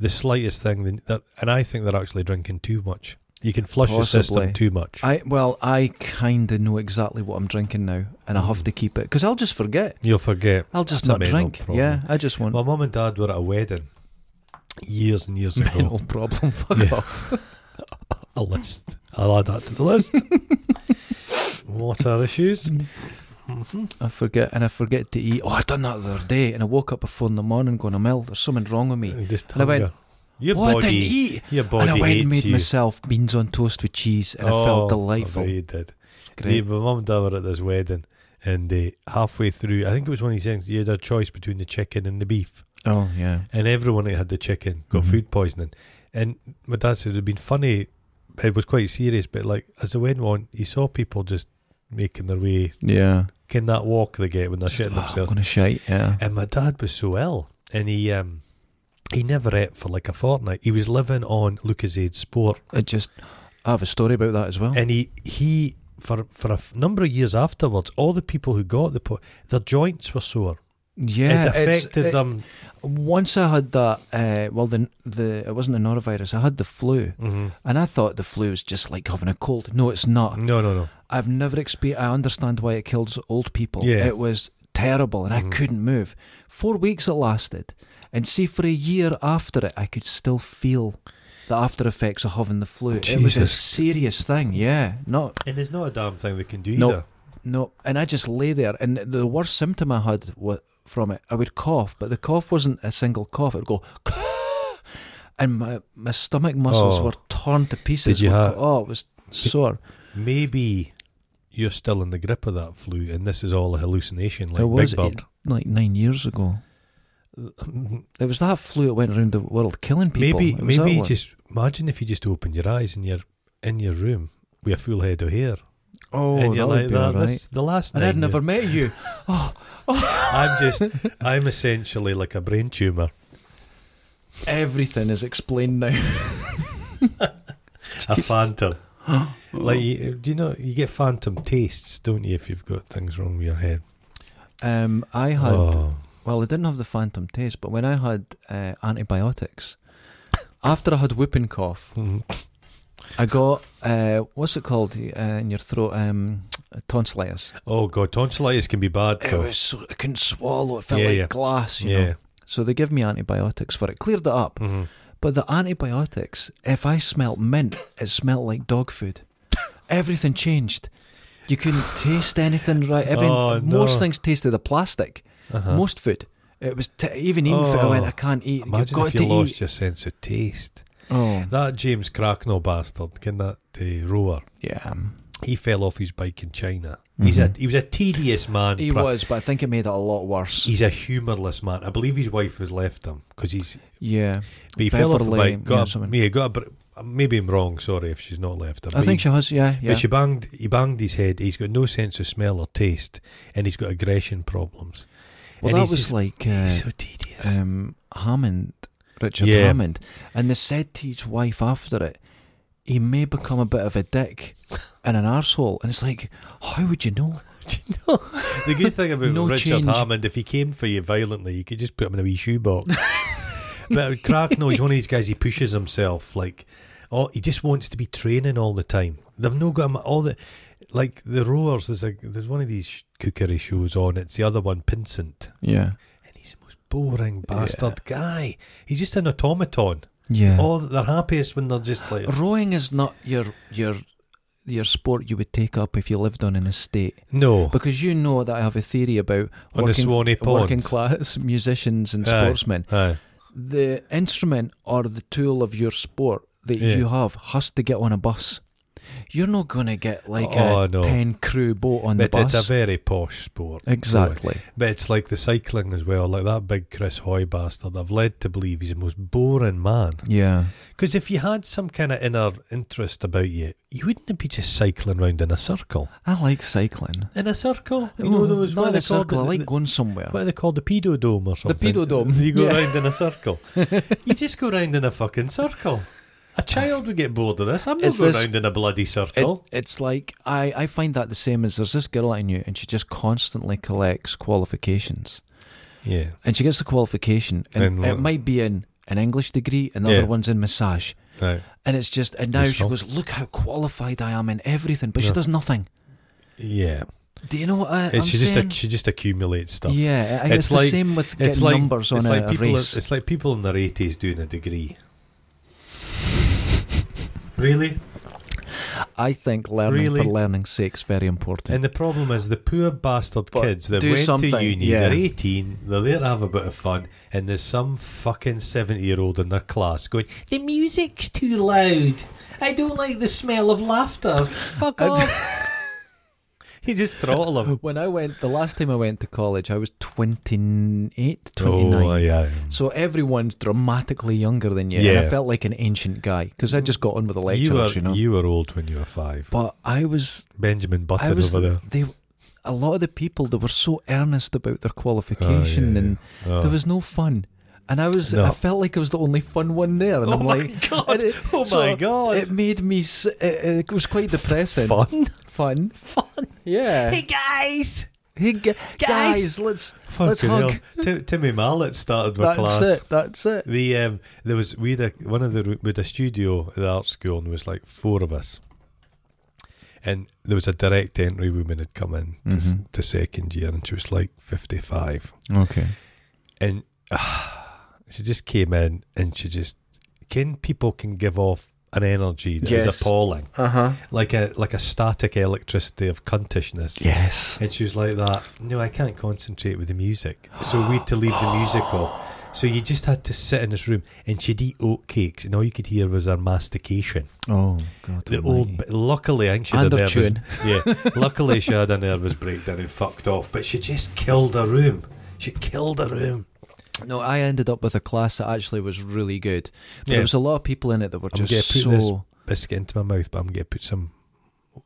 [SPEAKER 2] The slightest thing, they- that, and I think they're actually drinking too much. You can flush the
[SPEAKER 1] Possibly.
[SPEAKER 2] system too much.
[SPEAKER 1] I well, I kind of know exactly what I'm drinking now, and I have to keep it because I'll just forget.
[SPEAKER 2] You'll forget.
[SPEAKER 1] I'll just
[SPEAKER 2] Mm-hmm. That's
[SPEAKER 1] not
[SPEAKER 2] a mental
[SPEAKER 1] drink.
[SPEAKER 2] problem.
[SPEAKER 1] Yeah, I just want
[SPEAKER 2] My mum and dad were at a wedding years and years ago.
[SPEAKER 1] mental problem. Fuck
[SPEAKER 2] Yeah.
[SPEAKER 1] off.
[SPEAKER 2] a list. I'll add that to the list. Water issues. Mhm.
[SPEAKER 1] I forget, and I forget to eat. Oh, I done that the other day, and I woke up at four in the morning going, "I'm ill. There's "Oh, something wrong with me."
[SPEAKER 2] Just
[SPEAKER 1] And I went,
[SPEAKER 2] hunger. Your
[SPEAKER 1] what
[SPEAKER 2] body,
[SPEAKER 1] did I eat?
[SPEAKER 2] your
[SPEAKER 1] And
[SPEAKER 2] body
[SPEAKER 1] I went and
[SPEAKER 2] hates
[SPEAKER 1] made
[SPEAKER 2] you.
[SPEAKER 1] myself beans on toast with cheese, and
[SPEAKER 2] oh,
[SPEAKER 1] I felt
[SPEAKER 2] I
[SPEAKER 1] delightful.
[SPEAKER 2] bet you did.
[SPEAKER 1] Great.
[SPEAKER 2] Yeah, my mum and dad were at this wedding, and they halfway through, I think it was one of these things. You had a choice between the chicken and the beef,
[SPEAKER 1] Oh yeah.
[SPEAKER 2] and everyone that had the chicken got
[SPEAKER 1] Mhm.
[SPEAKER 2] food poisoning. And my dad said it'd been funny. It was quite serious, but like as the wedding went on, he saw people just making their way,
[SPEAKER 1] Yeah.
[SPEAKER 2] can that walk they get when they're
[SPEAKER 1] Just,
[SPEAKER 2] shitting
[SPEAKER 1] "Oh, I'm
[SPEAKER 2] themselves.
[SPEAKER 1] gonna shite. Yeah.
[SPEAKER 2] And my dad was so ill, and he um, he never ate for like a fortnight. He was living on Lucasade Sport,
[SPEAKER 1] It just. I have a story about that as well.
[SPEAKER 2] and he he for for a f- number of years afterwards, all the people who got the po- their joints were sore.
[SPEAKER 1] yeah.
[SPEAKER 2] it
[SPEAKER 1] it's-
[SPEAKER 2] affected
[SPEAKER 1] it-
[SPEAKER 2] them.
[SPEAKER 1] Once I had that. Uh, well, the the it wasn't the norovirus. I had the flu,
[SPEAKER 2] Mm-hmm.
[SPEAKER 1] and I thought the flu was just like having a cold. No, it's not.
[SPEAKER 2] No, no, no.
[SPEAKER 1] I've never experienced. I understand why it kills old people.
[SPEAKER 2] Yeah.
[SPEAKER 1] It was terrible, and
[SPEAKER 2] Mhm.
[SPEAKER 1] I couldn't move. Four weeks it lasted, and see for a year after it, I could still feel the after effects of having the flu. It was a
[SPEAKER 2] Jesus.
[SPEAKER 1] serious thing. Yeah, not
[SPEAKER 2] And there's not a damn thing they can do
[SPEAKER 1] No.
[SPEAKER 2] either.
[SPEAKER 1] no. And I just lay there, and the worst symptom I had wa from it, I would cough, but the cough wasn't a single cough. It would go. And my, my stomach muscles
[SPEAKER 2] Oh.
[SPEAKER 1] were torn to pieces.
[SPEAKER 2] you ha-
[SPEAKER 1] oh, it was sore.
[SPEAKER 2] Maybe you're still in the grip of that flu, and this is all a hallucination,
[SPEAKER 1] it
[SPEAKER 2] like
[SPEAKER 1] was
[SPEAKER 2] Big Uh, Bird.
[SPEAKER 1] like nine years ago. It was that flu that went around the world killing people.
[SPEAKER 2] maybe
[SPEAKER 1] It was that
[SPEAKER 2] maybe you
[SPEAKER 1] one.
[SPEAKER 2] just imagine if you just opened your eyes and you're in your room with a full head of hair,
[SPEAKER 1] oh,
[SPEAKER 2] and
[SPEAKER 1] that
[SPEAKER 2] you're
[SPEAKER 1] would
[SPEAKER 2] like
[SPEAKER 1] be
[SPEAKER 2] that.
[SPEAKER 1] all right.
[SPEAKER 2] This, the last
[SPEAKER 1] And I'd
[SPEAKER 2] nine
[SPEAKER 1] never
[SPEAKER 2] years-
[SPEAKER 1] met you.
[SPEAKER 2] I'm just I'm essentially like a brain tumor.
[SPEAKER 1] Everything is explained now.
[SPEAKER 2] a phantom. like, you, do you know you get phantom tastes, don't you, if you've got things wrong with your head?
[SPEAKER 1] Um, I had
[SPEAKER 2] Oh.
[SPEAKER 1] well, I didn't have the phantom taste, but when I had uh, antibiotics, after I had whooping cough,
[SPEAKER 2] Mhm.
[SPEAKER 1] I got uh, what's it called uh, in your throat? Um, tonsillitis.
[SPEAKER 2] oh god, tonsillitis can be bad.
[SPEAKER 1] It
[SPEAKER 2] though.
[SPEAKER 1] was so, I couldn't swallow. It felt
[SPEAKER 2] Yeah,
[SPEAKER 1] like
[SPEAKER 2] yeah.
[SPEAKER 1] glass. You
[SPEAKER 2] yeah.
[SPEAKER 1] know. So they give me antibiotics for it. Cleared it up.
[SPEAKER 2] Mhm.
[SPEAKER 1] But the antibiotics, if I smelt mint, it smelt like dog food. Everything changed. You couldn't taste anything right. Everything,
[SPEAKER 2] Oh, no.
[SPEAKER 1] Most things tasted of plastic.
[SPEAKER 2] Uh-huh.
[SPEAKER 1] Most food. It was t- even eating food. I went,
[SPEAKER 2] Oh.
[SPEAKER 1] I can't eat.
[SPEAKER 2] Imagine
[SPEAKER 1] You've got
[SPEAKER 2] if you
[SPEAKER 1] to
[SPEAKER 2] lost
[SPEAKER 1] eat.
[SPEAKER 2] your sense of taste.
[SPEAKER 1] Oh,
[SPEAKER 2] That James Cracknell bastard, can that uh, rower?
[SPEAKER 1] yeah.
[SPEAKER 2] He fell off his bike in China. He's a
[SPEAKER 1] Mhm.
[SPEAKER 2] he was a tedious man.
[SPEAKER 1] He
[SPEAKER 2] pra-
[SPEAKER 1] was, but I think it made it a lot worse.
[SPEAKER 2] He's a humourless man. I believe his wife has left him because he's
[SPEAKER 1] yeah.
[SPEAKER 2] But he fell off the
[SPEAKER 1] Beverly,
[SPEAKER 2] bike.
[SPEAKER 1] yeah,
[SPEAKER 2] Got a,
[SPEAKER 1] something.
[SPEAKER 2] yeah, got a, br- maybe I'm wrong. Sorry if she's not left him.
[SPEAKER 1] I
[SPEAKER 2] but
[SPEAKER 1] think
[SPEAKER 2] he,
[SPEAKER 1] she has, yeah. yeah.
[SPEAKER 2] But she banged. He banged his head. He's got no sense of smell or taste, and he's got aggression problems.
[SPEAKER 1] well,
[SPEAKER 2] and
[SPEAKER 1] that
[SPEAKER 2] he's
[SPEAKER 1] was
[SPEAKER 2] just-
[SPEAKER 1] like
[SPEAKER 2] he's
[SPEAKER 1] uh,
[SPEAKER 2] so tedious.
[SPEAKER 1] um, Hammond, Richard
[SPEAKER 2] Yeah.
[SPEAKER 1] Hammond. And they said to his wife after it, he may become a bit of a dick and an arsehole. And it's like, how would you know?
[SPEAKER 2] the good thing about
[SPEAKER 1] no
[SPEAKER 2] Richard
[SPEAKER 1] change.
[SPEAKER 2] Hammond, if he came for you violently, you could just put him in a wee shoebox. but Cracknell, he's one of these guys. He pushes himself. Like, oh, he just wants to be training all the time. They've no got him all the. Like the rowers, there's a there's one of these sh- cookery shows on. It's the other one, Pinsent.
[SPEAKER 1] Yeah.
[SPEAKER 2] and he's the most boring bastard guy. He's just an automaton.
[SPEAKER 1] Yeah.
[SPEAKER 2] Oh, they're happiest when they're just like.
[SPEAKER 1] Rowing is not your your your sport you would take up if you lived on an estate
[SPEAKER 2] No.
[SPEAKER 1] because you know that I have a theory about
[SPEAKER 2] On the
[SPEAKER 1] working,
[SPEAKER 2] Swanee
[SPEAKER 1] working
[SPEAKER 2] Ponds.
[SPEAKER 1] class musicians and
[SPEAKER 2] Aye.
[SPEAKER 1] sportsmen.
[SPEAKER 2] Aye.
[SPEAKER 1] The instrument or the tool of your sport that
[SPEAKER 2] Yeah.
[SPEAKER 1] you have has to get on a bus. You're not going to get like
[SPEAKER 2] Oh,
[SPEAKER 1] a
[SPEAKER 2] no.
[SPEAKER 1] ten crew boat on
[SPEAKER 2] But
[SPEAKER 1] the bus.
[SPEAKER 2] it's a very posh sport.
[SPEAKER 1] exactly.
[SPEAKER 2] But it's like the cycling as well, like that big Chris Hoy bastard. I've led to believe he's the most boring man.
[SPEAKER 1] Yeah.
[SPEAKER 2] Because if you had some kind of inner interest about you, you wouldn't be just cycling round in a circle.
[SPEAKER 1] I like cycling. Oh,
[SPEAKER 2] In a circle? You know those.
[SPEAKER 1] not
[SPEAKER 2] What are
[SPEAKER 1] in a
[SPEAKER 2] they called?
[SPEAKER 1] circle. I
[SPEAKER 2] The-
[SPEAKER 1] like
[SPEAKER 2] the-
[SPEAKER 1] going somewhere.
[SPEAKER 2] What are they called? The pedo dome or something?
[SPEAKER 1] pedo dome,
[SPEAKER 2] You go
[SPEAKER 1] yeah.
[SPEAKER 2] round in a circle. you just go round in a fucking circle. A child would get bored of this. I'm not
[SPEAKER 1] Is
[SPEAKER 2] going
[SPEAKER 1] this-
[SPEAKER 2] round in a bloody
[SPEAKER 1] It,
[SPEAKER 2] circle.
[SPEAKER 1] It's like I, I find that the same as there's this girl I knew, and she just constantly collects qualifications,
[SPEAKER 2] yeah.
[SPEAKER 1] and she gets the qualification, and,
[SPEAKER 2] And
[SPEAKER 1] it
[SPEAKER 2] what-
[SPEAKER 1] might be in an English degree, and the
[SPEAKER 2] Yeah.
[SPEAKER 1] other one's in massage,
[SPEAKER 2] Right.
[SPEAKER 1] and it's just and now
[SPEAKER 2] Just
[SPEAKER 1] she
[SPEAKER 2] all-
[SPEAKER 1] goes, look how qualified I am in everything, but
[SPEAKER 2] Yeah.
[SPEAKER 1] she does nothing.
[SPEAKER 2] Yeah.
[SPEAKER 1] Do you know what I,
[SPEAKER 2] It's
[SPEAKER 1] I'm
[SPEAKER 2] she just
[SPEAKER 1] saying?
[SPEAKER 2] ac- she just accumulates stuff.
[SPEAKER 1] yeah, I- I-
[SPEAKER 2] It's
[SPEAKER 1] it's,
[SPEAKER 2] like-
[SPEAKER 1] the same with
[SPEAKER 2] It's
[SPEAKER 1] getting
[SPEAKER 2] like
[SPEAKER 1] numbers on
[SPEAKER 2] it's
[SPEAKER 1] a,
[SPEAKER 2] like
[SPEAKER 1] a
[SPEAKER 2] people.
[SPEAKER 1] race.
[SPEAKER 2] It's like people in their eighties doing a degree. Really?
[SPEAKER 1] I think learning
[SPEAKER 2] Really?
[SPEAKER 1] for learning's sake is very important.
[SPEAKER 2] And the problem is the poor bastard
[SPEAKER 1] But
[SPEAKER 2] kids that
[SPEAKER 1] do
[SPEAKER 2] went
[SPEAKER 1] something,
[SPEAKER 2] to uni,
[SPEAKER 1] yeah.
[SPEAKER 2] they're 18, they're there to have a bit of fun, and there's some fucking 70 year old in their class going, The music's too loud. I don't like the smell of laughter. Fuck
[SPEAKER 1] I d- Oh,
[SPEAKER 2] off. you just throttle them.
[SPEAKER 1] when I went, the last time I went to college, I was 28, 29.
[SPEAKER 2] Oh, yeah.
[SPEAKER 1] So everyone's dramatically younger than you. And
[SPEAKER 2] Yeah.
[SPEAKER 1] I felt like an ancient guy because I just got on with the
[SPEAKER 2] you, were,
[SPEAKER 1] lecturers, you, know.
[SPEAKER 2] you were old when you were five.
[SPEAKER 1] but I was,
[SPEAKER 2] Benjamin
[SPEAKER 1] I
[SPEAKER 2] Button
[SPEAKER 1] was,
[SPEAKER 2] over there.
[SPEAKER 1] they, a lot of the people that were so earnest about their qualification
[SPEAKER 2] Oh, yeah,
[SPEAKER 1] and
[SPEAKER 2] yeah.
[SPEAKER 1] there was no fun. And I was,
[SPEAKER 2] No.
[SPEAKER 1] I felt like I was the only fun one there. And
[SPEAKER 2] Oh
[SPEAKER 1] I'm
[SPEAKER 2] my
[SPEAKER 1] like,
[SPEAKER 2] God.
[SPEAKER 1] and it-
[SPEAKER 2] Oh
[SPEAKER 1] so
[SPEAKER 2] my God.
[SPEAKER 1] It made me, s- it, it was quite depressing.
[SPEAKER 2] Fun?
[SPEAKER 1] Fun. Fun. Yeah. Hey,
[SPEAKER 2] guys!
[SPEAKER 1] gu- guys, let's, let's
[SPEAKER 2] Fucking hell.
[SPEAKER 1] hug.
[SPEAKER 2] Tim, Timmy Marlett started my
[SPEAKER 1] That's
[SPEAKER 2] class.
[SPEAKER 1] it. That's it.
[SPEAKER 2] The um, there was we had a, one of the we had a studio at the art school and there was like four of us, and there was a direct entry woman had come in to, s
[SPEAKER 1] Mhm.
[SPEAKER 2] to second year and she was like fifty five
[SPEAKER 1] Okay.
[SPEAKER 2] and ah, she just came in and she just can people can give off an energy that is
[SPEAKER 1] Yes.
[SPEAKER 2] appalling
[SPEAKER 1] Uh huh.
[SPEAKER 2] like a like a static electricity of cuntishness.
[SPEAKER 1] Yes.
[SPEAKER 2] And she was like that. No, I can't concentrate with the music. So we had to leave the music off. So you just had to sit in this room, and she'd eat oatcakes, and all you could hear was her mastication.
[SPEAKER 1] Oh God.
[SPEAKER 2] The
[SPEAKER 1] almighty.
[SPEAKER 2] old, but luckily, I think she
[SPEAKER 1] and
[SPEAKER 2] had a
[SPEAKER 1] her
[SPEAKER 2] nervous,
[SPEAKER 1] tune.
[SPEAKER 2] yeah. Luckily, she had a nervous breakdown and fucked off. But she just killed a room. She killed a room.
[SPEAKER 1] No, I ended up with a class that actually was really good. But
[SPEAKER 2] Yeah.
[SPEAKER 1] There was a lot of people in it that were
[SPEAKER 2] I'm
[SPEAKER 1] just
[SPEAKER 2] gonna put
[SPEAKER 1] so.
[SPEAKER 2] this- Biscuit into my mouth, but I'm gonna put some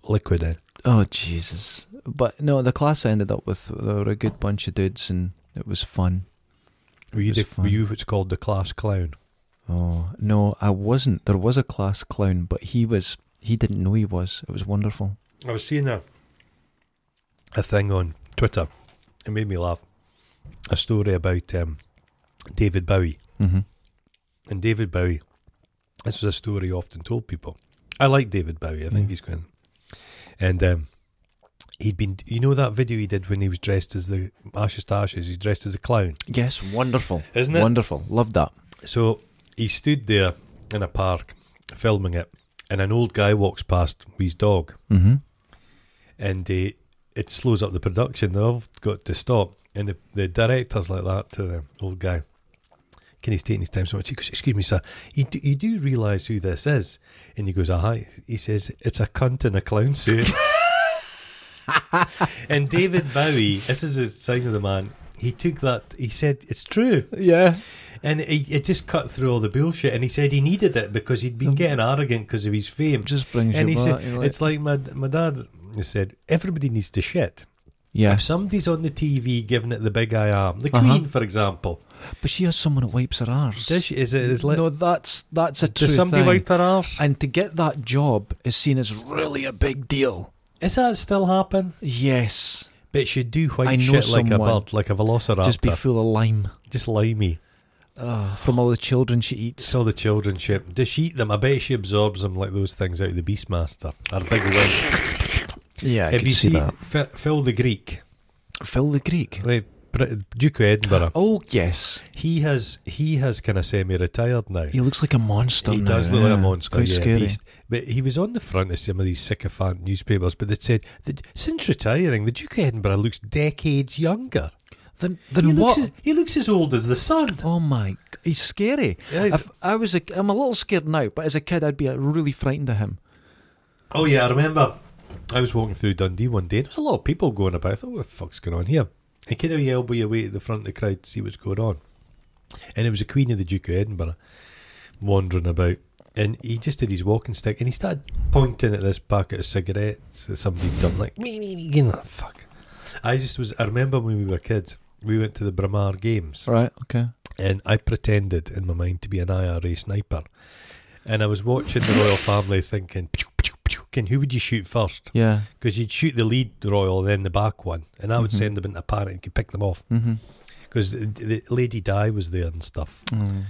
[SPEAKER 2] liquid in.
[SPEAKER 1] Oh Jesus! But no, the class I ended up with there were a good bunch of dudes, and it was fun.
[SPEAKER 2] Were you,
[SPEAKER 1] It's
[SPEAKER 2] the, were
[SPEAKER 1] fine.
[SPEAKER 2] you what's called the class clown?
[SPEAKER 1] Oh no, I wasn't. There was a class clown, but he was. He didn't know he was. It was wonderful.
[SPEAKER 2] I was seeing a a thing on Twitter. It made me laugh. A story about um, David Bowie
[SPEAKER 1] Mm-hmm.
[SPEAKER 2] and David Bowie. This was a story often told people. I like David Bowie. I think
[SPEAKER 1] Mm.
[SPEAKER 2] he's going. And um, he'd been. You know that video he did when he was dressed as the Ashes to Ashes. He's dressed as a clown.
[SPEAKER 1] Yes, wonderful.
[SPEAKER 2] Isn't it?
[SPEAKER 1] Wonderful. Loved that.
[SPEAKER 2] So he stood there in a park filming it, and an old guy walks past with his dog.
[SPEAKER 1] Mm-hmm.
[SPEAKER 2] and uh, it slows up the production. They've got to stop, and the, the director's like that to the old guy. Can he's taking his time so much? He goes, "Excuse me, sir. You do, you do realise who this is?" And he goes, "Aha." He says, "It's a cunt in a clown suit." and David Bowie, this is a sign of the man. He took that. He said, "It's true."
[SPEAKER 1] Yeah.
[SPEAKER 2] And it, it just cut through all the bullshit. And he said he needed it because he'd been getting arrogant because of his fame.
[SPEAKER 1] Just brings
[SPEAKER 2] And
[SPEAKER 1] you
[SPEAKER 2] he
[SPEAKER 1] back.
[SPEAKER 2] said,
[SPEAKER 1] you're like-
[SPEAKER 2] "It's like my my dad." He said, "Everybody needs to shit."
[SPEAKER 1] yeah.
[SPEAKER 2] If somebody's on the TV giving it the big I am, the
[SPEAKER 1] Uh-huh.
[SPEAKER 2] Queen, for example,
[SPEAKER 1] But she has someone that wipes her arse.
[SPEAKER 2] does she, is it is like
[SPEAKER 1] no, that's that's a true
[SPEAKER 2] does somebody
[SPEAKER 1] thing.
[SPEAKER 2] wipe her arse?
[SPEAKER 1] And to get that job is seen as really a big deal.
[SPEAKER 2] Is that still happen?
[SPEAKER 1] Yes.
[SPEAKER 2] But she'd do white
[SPEAKER 1] I know
[SPEAKER 2] shit like a
[SPEAKER 1] someone-
[SPEAKER 2] bird, like a velociraptor,
[SPEAKER 1] Just
[SPEAKER 2] just,
[SPEAKER 1] be full of lime.
[SPEAKER 2] limey.
[SPEAKER 1] Ah, From all the children she eats.
[SPEAKER 2] It's all the children shit. Does she eat them? I bet she absorbs them like those things out of the Beastmaster. Our big win.
[SPEAKER 1] Yeah, I
[SPEAKER 2] Have you seen Ph- Phil the Greek,
[SPEAKER 1] Phil the Greek.
[SPEAKER 2] the Brit- Duke of Edinburgh?
[SPEAKER 1] Oh yes.
[SPEAKER 2] He has he has kind of semi-retired now.
[SPEAKER 1] He looks like a monster.
[SPEAKER 2] He
[SPEAKER 1] now,
[SPEAKER 2] does look like
[SPEAKER 1] yeah.
[SPEAKER 2] a monster,
[SPEAKER 1] Quite
[SPEAKER 2] yeah.
[SPEAKER 1] scary.
[SPEAKER 2] beast. But he was on the front of some of these sycophant newspapers, but they said that since retiring, the Duke of Edinburgh looks decades younger.
[SPEAKER 1] Then,
[SPEAKER 2] he,
[SPEAKER 1] then what?
[SPEAKER 2] Looks as, he looks as old as the sun.
[SPEAKER 1] Oh my! g- He's scary.
[SPEAKER 2] Yeah, he's-
[SPEAKER 1] If I was a, I'm a little scared now, but as a kid, I'd be uh, really frightened of him.
[SPEAKER 2] Oh yeah, I remember. I was walking through Dundee one day, and there was a lot of people going about. I thought, what the fuck's going on here? And kind of you elbow your way to the front of the crowd to see what's going on. And it was the Queen of the Duke of Edinburgh wandering about. And he just did his walking stick and he started pointing at this packet of cigarettes that somebody'd done, like, me, me, me, give me that fuck. I just was, I remember when we were kids, we went to the Bramar Games
[SPEAKER 1] Right? Okay.
[SPEAKER 2] and I pretended in my mind to be an IRA sniper. And I was watching the royal family thinking, pew, pew, pew, and who would you shoot first?
[SPEAKER 1] Yeah.
[SPEAKER 2] Because you'd shoot the lead royal, then the back one, and I would
[SPEAKER 1] Mhm.
[SPEAKER 2] send them into panic and could pick them off.
[SPEAKER 1] Mm-hmm.
[SPEAKER 2] Because the, the Lady Di was there and stuff.
[SPEAKER 1] Mm.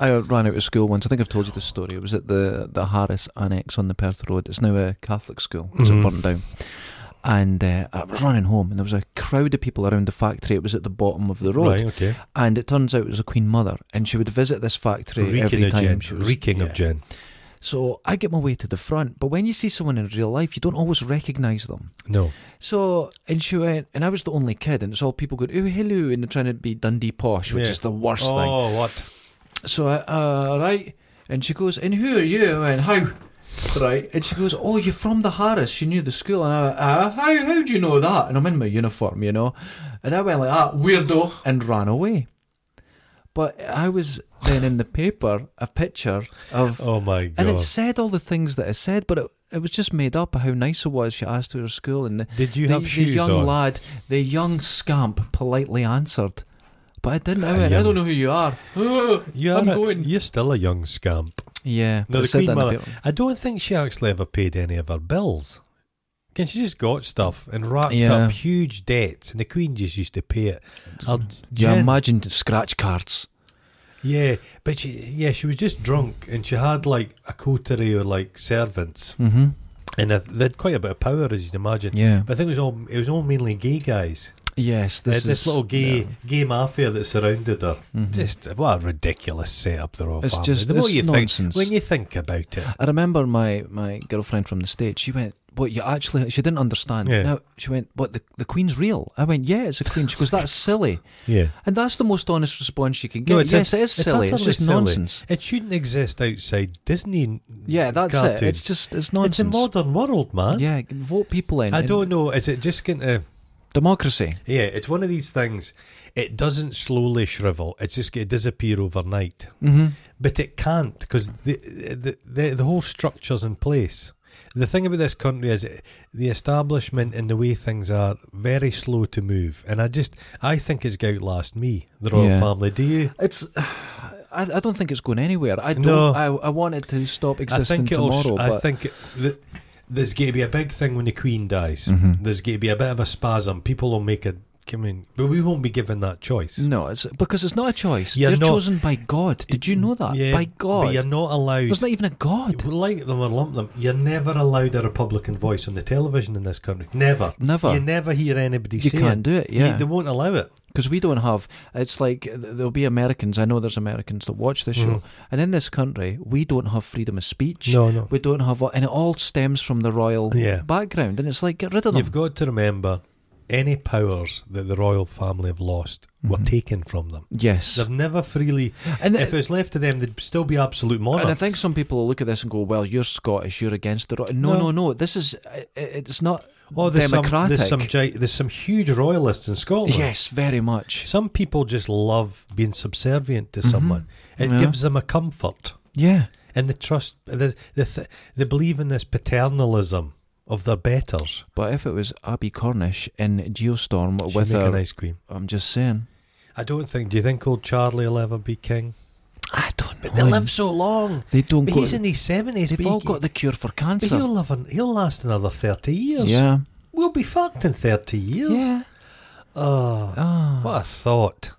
[SPEAKER 1] I uh, ran out of school once. I think I've told you this story. It was at the the Harris Annex on the Perth Road. It's now a Catholic school. It's
[SPEAKER 2] Mhm.
[SPEAKER 1] burned down. And uh, I was running home, and there was a crowd of people around the factory. It was at the bottom of the road,
[SPEAKER 2] Right, okay.
[SPEAKER 1] and it turns out it was the Queen Mother, and she would visit this factory
[SPEAKER 2] Reeking
[SPEAKER 1] every
[SPEAKER 2] of
[SPEAKER 1] time.
[SPEAKER 2] gin.
[SPEAKER 1] She was,
[SPEAKER 2] Reeking
[SPEAKER 1] yeah.
[SPEAKER 2] of gin.
[SPEAKER 1] So I get my way to the front, but when you see someone in real life, you don't always recognise them.
[SPEAKER 2] No.
[SPEAKER 1] So and she went, and I was the only kid, and it's all people going, "Oh, hello," and they're trying to be Dundee posh, which
[SPEAKER 2] Yeah.
[SPEAKER 1] is the worst thing.
[SPEAKER 2] Oh, what?
[SPEAKER 1] So I, uh, right. And she goes, and who are you? And how? Right. And she goes, oh, you're from the Harris. She knew the school. And I went, uh, how, how do you know that? And I'm in my uniform, you know. And I went like that, weirdo, and ran away. But I was then in the paper, a picture of,
[SPEAKER 2] Oh my god.
[SPEAKER 1] and it said all the things that I said, but it, it was just made up of how nice it was. She asked to her school, and the,
[SPEAKER 2] Did you
[SPEAKER 1] the,
[SPEAKER 2] have
[SPEAKER 1] the
[SPEAKER 2] shoes
[SPEAKER 1] young
[SPEAKER 2] on?
[SPEAKER 1] lad, the young scamp, politely answered. But I didn't. I, went, I
[SPEAKER 2] Ah, young-
[SPEAKER 1] don't know who you are.
[SPEAKER 2] You're
[SPEAKER 1] I'm
[SPEAKER 2] a-
[SPEAKER 1] going.
[SPEAKER 2] You're still a young scamp.
[SPEAKER 1] Yeah,
[SPEAKER 2] Now,
[SPEAKER 1] they
[SPEAKER 2] the
[SPEAKER 1] said
[SPEAKER 2] Queen
[SPEAKER 1] that in the
[SPEAKER 2] Mother-
[SPEAKER 1] paper.
[SPEAKER 2] I don't think she actually ever paid any of her bills. Again, she just got stuff and racked
[SPEAKER 1] Yeah.
[SPEAKER 2] up huge debts, and the Queen just used to pay it. Her
[SPEAKER 1] Yeah,
[SPEAKER 2] gen-
[SPEAKER 1] imagine scratch cards.
[SPEAKER 2] yeah, but she, yeah, she was just drunk, and she had like a coterie of like servants,
[SPEAKER 1] Mm-hmm.
[SPEAKER 2] and I th- they had quite a bit of power, as you'd imagine.
[SPEAKER 1] Yeah.
[SPEAKER 2] But I think it was all it was all mainly gay guys.
[SPEAKER 1] Yes,
[SPEAKER 2] This,
[SPEAKER 1] this
[SPEAKER 2] this
[SPEAKER 1] is
[SPEAKER 2] little gay
[SPEAKER 1] yeah.
[SPEAKER 2] gay mafia that surrounded her.
[SPEAKER 1] Mhm.
[SPEAKER 2] Just what a ridiculous setup they're all.
[SPEAKER 1] It's
[SPEAKER 2] family.
[SPEAKER 1] just-
[SPEAKER 2] the more
[SPEAKER 1] it's
[SPEAKER 2] you
[SPEAKER 1] nonsense.
[SPEAKER 2] think when you think about it.
[SPEAKER 1] I remember my my girlfriend from the states. She went, "What you actually?" She didn't understand.
[SPEAKER 2] Yeah.
[SPEAKER 1] Now she went, "What the the queen's real?" I went, "Yeah, it's a queen." She goes, "That's silly,"
[SPEAKER 2] Yeah.
[SPEAKER 1] and that's the most honest response you can get.
[SPEAKER 2] No, it's
[SPEAKER 1] yes,
[SPEAKER 2] ut-
[SPEAKER 1] it is
[SPEAKER 2] it's
[SPEAKER 1] silly. It's
[SPEAKER 2] utterly
[SPEAKER 1] just
[SPEAKER 2] silly.
[SPEAKER 1] nonsense.
[SPEAKER 2] It shouldn't exist outside Disney.
[SPEAKER 1] Yeah, that's
[SPEAKER 2] cartoons.
[SPEAKER 1] it. It's just it's
[SPEAKER 2] It's a
[SPEAKER 1] nonsense.
[SPEAKER 2] modern world, man.
[SPEAKER 1] yeah, vote people in.
[SPEAKER 2] I
[SPEAKER 1] and
[SPEAKER 2] don't know. Is it just going to?
[SPEAKER 1] democracy.
[SPEAKER 2] Yeah, it's one of these things. It doesn't slowly shrivel. It's just going to disappear overnight.
[SPEAKER 1] Mm-hmm.
[SPEAKER 2] But it can't because the, the the the whole structure's in place. The thing about this country is it, the establishment and the way things are very slow to move. And I just I think it's going to outlast me, the royal
[SPEAKER 1] Yeah.
[SPEAKER 2] family. Do you?
[SPEAKER 1] It's. I, I don't think it's going anywhere. I don't.
[SPEAKER 2] No.
[SPEAKER 1] I, I want it to stop
[SPEAKER 2] I
[SPEAKER 1] existing
[SPEAKER 2] think it'll.
[SPEAKER 1] tomorrow.
[SPEAKER 2] I
[SPEAKER 1] but
[SPEAKER 2] think it, th- there's going to be a big thing when the Queen dies.
[SPEAKER 1] Mhm.
[SPEAKER 2] There's going to be a bit of a spasm. People will make a. I mean, but we won't be given that choice.
[SPEAKER 1] No, it's because it's not a choice.
[SPEAKER 2] You're
[SPEAKER 1] They're
[SPEAKER 2] not-
[SPEAKER 1] chosen by God. Did you know that?
[SPEAKER 2] Yeah,
[SPEAKER 1] by
[SPEAKER 2] but
[SPEAKER 1] God.
[SPEAKER 2] you're not allowed.
[SPEAKER 1] There's not even a God.
[SPEAKER 2] like them or lump them, you're never allowed a Republican voice on the television in this country. Never.
[SPEAKER 1] Never.
[SPEAKER 2] You never hear anybody
[SPEAKER 1] You
[SPEAKER 2] say
[SPEAKER 1] can't do it,
[SPEAKER 2] You-
[SPEAKER 1] yeah.
[SPEAKER 2] they won't allow it.
[SPEAKER 1] Because we don't have. It's like th- there'll be Americans. I know there's Americans that watch this show. And in this country, we don't have freedom of speech.
[SPEAKER 2] Mm. No, no.
[SPEAKER 1] We don't have. And it all stems from the royal
[SPEAKER 2] Yeah.
[SPEAKER 1] background. And it's like, get rid of them.
[SPEAKER 2] You've got to remember any powers that the royal family have lost were taken from them.
[SPEAKER 1] yes.
[SPEAKER 2] They've never freely.
[SPEAKER 1] Mm-hmm. and, th-
[SPEAKER 2] If it was left to them, they'd still be absolute monarchs.
[SPEAKER 1] and I think some people will look at this and go, well, you're Scottish. You're against the. Ro-. No, no,
[SPEAKER 2] No.
[SPEAKER 1] no, This is. i- i- It's not
[SPEAKER 2] Oh, there's
[SPEAKER 1] democratic.
[SPEAKER 2] some there's some gi- there's some huge royalists in Scotland.
[SPEAKER 1] yes, very much.
[SPEAKER 2] Some people just love being subservient to someone. It
[SPEAKER 1] Mm-hmm. Yeah.
[SPEAKER 2] gives them a comfort,
[SPEAKER 1] Yeah.
[SPEAKER 2] and they trust. They, they, th- they believe in this paternalism of their betters.
[SPEAKER 1] But if it was Abby Cornish in Geostorm
[SPEAKER 2] She'd
[SPEAKER 1] with
[SPEAKER 2] make
[SPEAKER 1] her,
[SPEAKER 2] an ice cream.
[SPEAKER 1] I'm just saying.
[SPEAKER 2] I don't think. Do you think old Charlie will ever be king?
[SPEAKER 1] I don't know.
[SPEAKER 2] They live so long.
[SPEAKER 1] They don't
[SPEAKER 2] But
[SPEAKER 1] go.
[SPEAKER 2] he's in his seventies.
[SPEAKER 1] they've all got the cure for
[SPEAKER 2] But
[SPEAKER 1] cancer.
[SPEAKER 2] he'll live. an- he'll last another thirty years.
[SPEAKER 1] Yeah.
[SPEAKER 2] We'll be fucked in thirty years.
[SPEAKER 1] Yeah.
[SPEAKER 2] Oh,
[SPEAKER 1] Ah.
[SPEAKER 2] what a thought.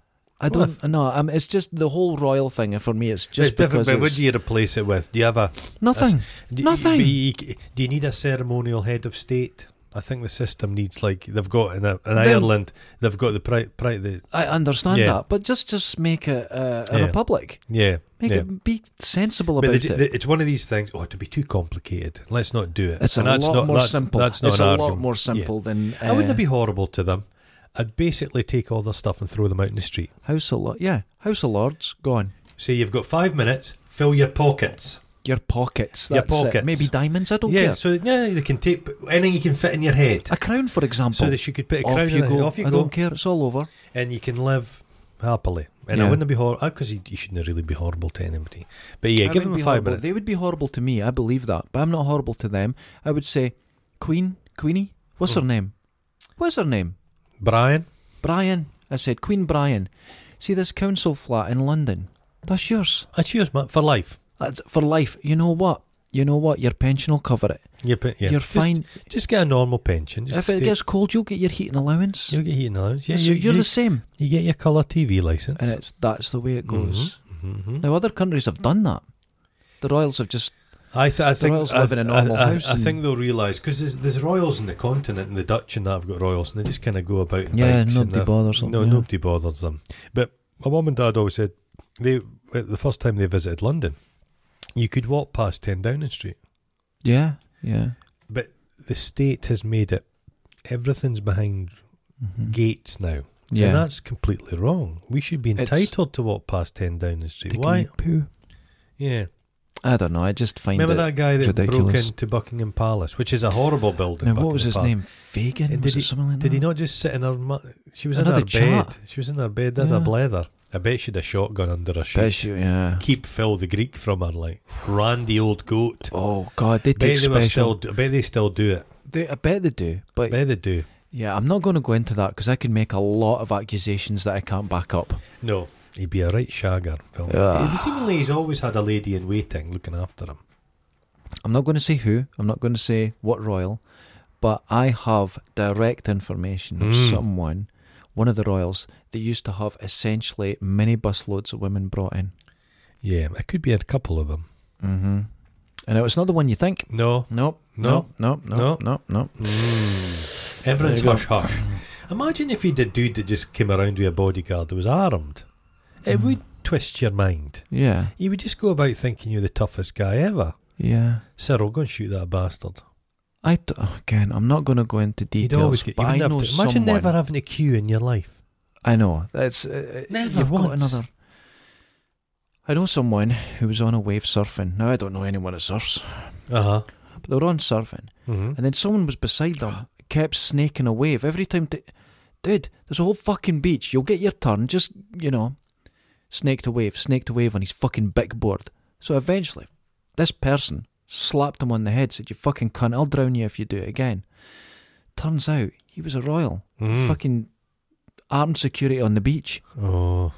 [SPEAKER 1] I don't know. Um, it's just the whole royal thing. For me, it's just because
[SPEAKER 2] it's different. But what
[SPEAKER 1] it's-
[SPEAKER 2] do you replace it with? Do you have a
[SPEAKER 1] nothing.
[SPEAKER 2] Do,
[SPEAKER 1] Nothing.
[SPEAKER 2] You, you- do you need a ceremonial head of state? I think the system needs like they've got in, in Ireland. They've got the pri- pri- the
[SPEAKER 1] I understand
[SPEAKER 2] Yeah.
[SPEAKER 1] that, but just just make it uh, a
[SPEAKER 2] Yeah.
[SPEAKER 1] republic.
[SPEAKER 2] yeah.
[SPEAKER 1] Make
[SPEAKER 2] yeah.
[SPEAKER 1] it be sensible
[SPEAKER 2] but
[SPEAKER 1] about
[SPEAKER 2] they
[SPEAKER 1] it.
[SPEAKER 2] ju- they- it's one of these things. Oh, to be too complicated. Let's not do it.
[SPEAKER 1] it's a
[SPEAKER 2] And that's
[SPEAKER 1] lot
[SPEAKER 2] not-
[SPEAKER 1] more
[SPEAKER 2] that's-
[SPEAKER 1] simple.
[SPEAKER 2] That's not
[SPEAKER 1] it's a
[SPEAKER 2] an
[SPEAKER 1] lot
[SPEAKER 2] argument.
[SPEAKER 1] more
[SPEAKER 2] Yeah.
[SPEAKER 1] simple than. Uh,
[SPEAKER 2] I wouldn't be horrible to them. I'd basically take all their stuff and throw them out in the street.
[SPEAKER 1] House of Lords. uh, Yeah, House of Lords gone.
[SPEAKER 2] Say you've got five minutes. Fill your pockets.
[SPEAKER 1] Your pockets.
[SPEAKER 2] Your
[SPEAKER 1] That's It.
[SPEAKER 2] pockets.
[SPEAKER 1] Maybe diamonds. I don't
[SPEAKER 2] yeah.
[SPEAKER 1] care.
[SPEAKER 2] So yeah, they can take anything you can fit in your head.
[SPEAKER 1] A crown, for example.
[SPEAKER 2] So that you could put a
[SPEAKER 1] off
[SPEAKER 2] crown
[SPEAKER 1] you
[SPEAKER 2] in
[SPEAKER 1] go.
[SPEAKER 2] Off you
[SPEAKER 1] I
[SPEAKER 2] go.
[SPEAKER 1] don't care. It's all over.
[SPEAKER 2] and you can live happily. And I
[SPEAKER 1] Yeah.
[SPEAKER 2] wouldn't be horrible because you, you shouldn't really be horrible to anybody. But yeah,
[SPEAKER 1] I
[SPEAKER 2] give
[SPEAKER 1] would
[SPEAKER 2] them
[SPEAKER 1] be
[SPEAKER 2] five
[SPEAKER 1] horrible.
[SPEAKER 2] minutes.
[SPEAKER 1] They would be horrible to me. I believe that, but I'm not horrible to them. I would say, Queen, Queenie. What's
[SPEAKER 2] Mm.
[SPEAKER 1] her name? What's her name?
[SPEAKER 2] Brian,
[SPEAKER 1] Brian. I said, Queen Brian. See this council flat in London. That's yours.
[SPEAKER 2] that's yours, man, for life.
[SPEAKER 1] That's for life. You know what? You know what? Your pension will cover it.
[SPEAKER 2] You're, yeah.
[SPEAKER 1] You're
[SPEAKER 2] just,
[SPEAKER 1] fine.
[SPEAKER 2] Just get a normal pension. Just
[SPEAKER 1] if it
[SPEAKER 2] stay-
[SPEAKER 1] gets cold, you'll get your heating allowance.
[SPEAKER 2] you'll get heating allowance. Yeah,
[SPEAKER 1] so
[SPEAKER 2] you,
[SPEAKER 1] you're,
[SPEAKER 2] you,
[SPEAKER 1] the same. Mm-hmm.
[SPEAKER 2] you get your colour TV license.
[SPEAKER 1] And it's that's the way it goes.
[SPEAKER 2] hmm
[SPEAKER 1] Now other countries have done that. The royals have just
[SPEAKER 2] I, th- I think
[SPEAKER 1] royals
[SPEAKER 2] I,
[SPEAKER 1] live in a normal
[SPEAKER 2] I, I-
[SPEAKER 1] house
[SPEAKER 2] I,
[SPEAKER 1] and-
[SPEAKER 2] think they'll realise because there's, there's royals in the continent and the Dutch and that have got royals and they just kind of go about. in
[SPEAKER 1] Yeah,
[SPEAKER 2] bikes and
[SPEAKER 1] nobody
[SPEAKER 2] they're-
[SPEAKER 1] bothers them,
[SPEAKER 2] No,
[SPEAKER 1] yeah.
[SPEAKER 2] nobody bothers them. But my mum and dad always said they the first time they visited London, You could walk past 10 Downing Street.
[SPEAKER 1] Yeah, yeah.
[SPEAKER 2] The state has made it, everything's behind
[SPEAKER 1] Mhm.
[SPEAKER 2] gates now. And
[SPEAKER 1] Yeah.
[SPEAKER 2] that's completely wrong. We should be
[SPEAKER 1] It's-
[SPEAKER 2] entitled to walk past 10 Downing Street.
[SPEAKER 1] Taking
[SPEAKER 2] Why?
[SPEAKER 1] a poo.
[SPEAKER 2] Yeah.
[SPEAKER 1] I don't know. I just find
[SPEAKER 2] Remember
[SPEAKER 1] it.
[SPEAKER 2] that guy that broke
[SPEAKER 1] ridiculous.
[SPEAKER 2] into Buckingham Palace, which is a horrible building.
[SPEAKER 1] Now, what was
[SPEAKER 2] Buckingham
[SPEAKER 1] his
[SPEAKER 2] Palace.
[SPEAKER 1] name? Fagan?
[SPEAKER 2] And
[SPEAKER 1] was
[SPEAKER 2] did
[SPEAKER 1] it
[SPEAKER 2] he-
[SPEAKER 1] something like
[SPEAKER 2] Did
[SPEAKER 1] that?
[SPEAKER 2] he not just sit in her? Mu- she was in
[SPEAKER 1] Mm. Another
[SPEAKER 2] her
[SPEAKER 1] chat.
[SPEAKER 2] bed. She was in her bed, had
[SPEAKER 1] Yeah.
[SPEAKER 2] a blather. I bet she'd a shotgun under her sheet.
[SPEAKER 1] Fish, yeah.
[SPEAKER 2] Keep Phil the Greek from her, like randy old goat.
[SPEAKER 1] Oh God, they take
[SPEAKER 2] bet they were
[SPEAKER 1] special.
[SPEAKER 2] still. I bet they still do it.
[SPEAKER 1] They, I bet they do,
[SPEAKER 2] I
[SPEAKER 1] but
[SPEAKER 2] bet they do.
[SPEAKER 1] yeah, I'm not going to go into that because I could make a lot of accusations that I can't back up.
[SPEAKER 2] No, he'd be a right shagger, Phil.
[SPEAKER 1] Ugh.
[SPEAKER 2] He- Seemingly, he's always had a lady in waiting looking after him.
[SPEAKER 1] I'm not going to say who. I'm not going to say what royal, but I have direct information of
[SPEAKER 2] Mm.
[SPEAKER 1] someone, one of the royals, that used to have essentially mini busloads of women brought in.
[SPEAKER 2] Yeah, it could be a couple of them.
[SPEAKER 1] Mm-hmm. And it's not the one you think.
[SPEAKER 2] No,
[SPEAKER 1] Nope.
[SPEAKER 2] No.
[SPEAKER 1] Nope. Nope. Nope. Nope. nope.
[SPEAKER 2] Mm. Everyone's
[SPEAKER 1] There you
[SPEAKER 2] hush hush. Imagine if he'd a dude that just came around with a bodyguard that was armed. It
[SPEAKER 1] Mm.
[SPEAKER 2] would twist your mind.
[SPEAKER 1] Yeah.
[SPEAKER 2] You would just go about thinking you're the toughest guy ever.
[SPEAKER 1] Yeah.
[SPEAKER 2] Cyril, go and shoot that bastard.
[SPEAKER 1] I d- oh, again, I'm not going to go into
[SPEAKER 2] You'd
[SPEAKER 1] details.
[SPEAKER 2] always get. You
[SPEAKER 1] but I
[SPEAKER 2] wouldn't have
[SPEAKER 1] know
[SPEAKER 2] to, imagine
[SPEAKER 1] someone.
[SPEAKER 2] never having a queue in your life.
[SPEAKER 1] I know that's uh, uh,
[SPEAKER 2] Never
[SPEAKER 1] You've got
[SPEAKER 2] once.
[SPEAKER 1] another. I know someone who was on a wave surfing. Now I don't know anyone that surfs,
[SPEAKER 2] Uh huh.
[SPEAKER 1] but they were on surfing,
[SPEAKER 2] Mm-hmm.
[SPEAKER 1] and then someone was beside them, kept snaking a wave every time. They, Dude, there's a whole fucking beach. You'll get your turn. Just you know, snaked a wave, snaked a wave on his fucking big board. So eventually, this person slapped him on the head, said, "You fucking cunt! I'll drown you if you do it again." Turns out he was a royal
[SPEAKER 2] Hmm. Mm-hmm.
[SPEAKER 1] fucking armed security on the beach.
[SPEAKER 2] Oh,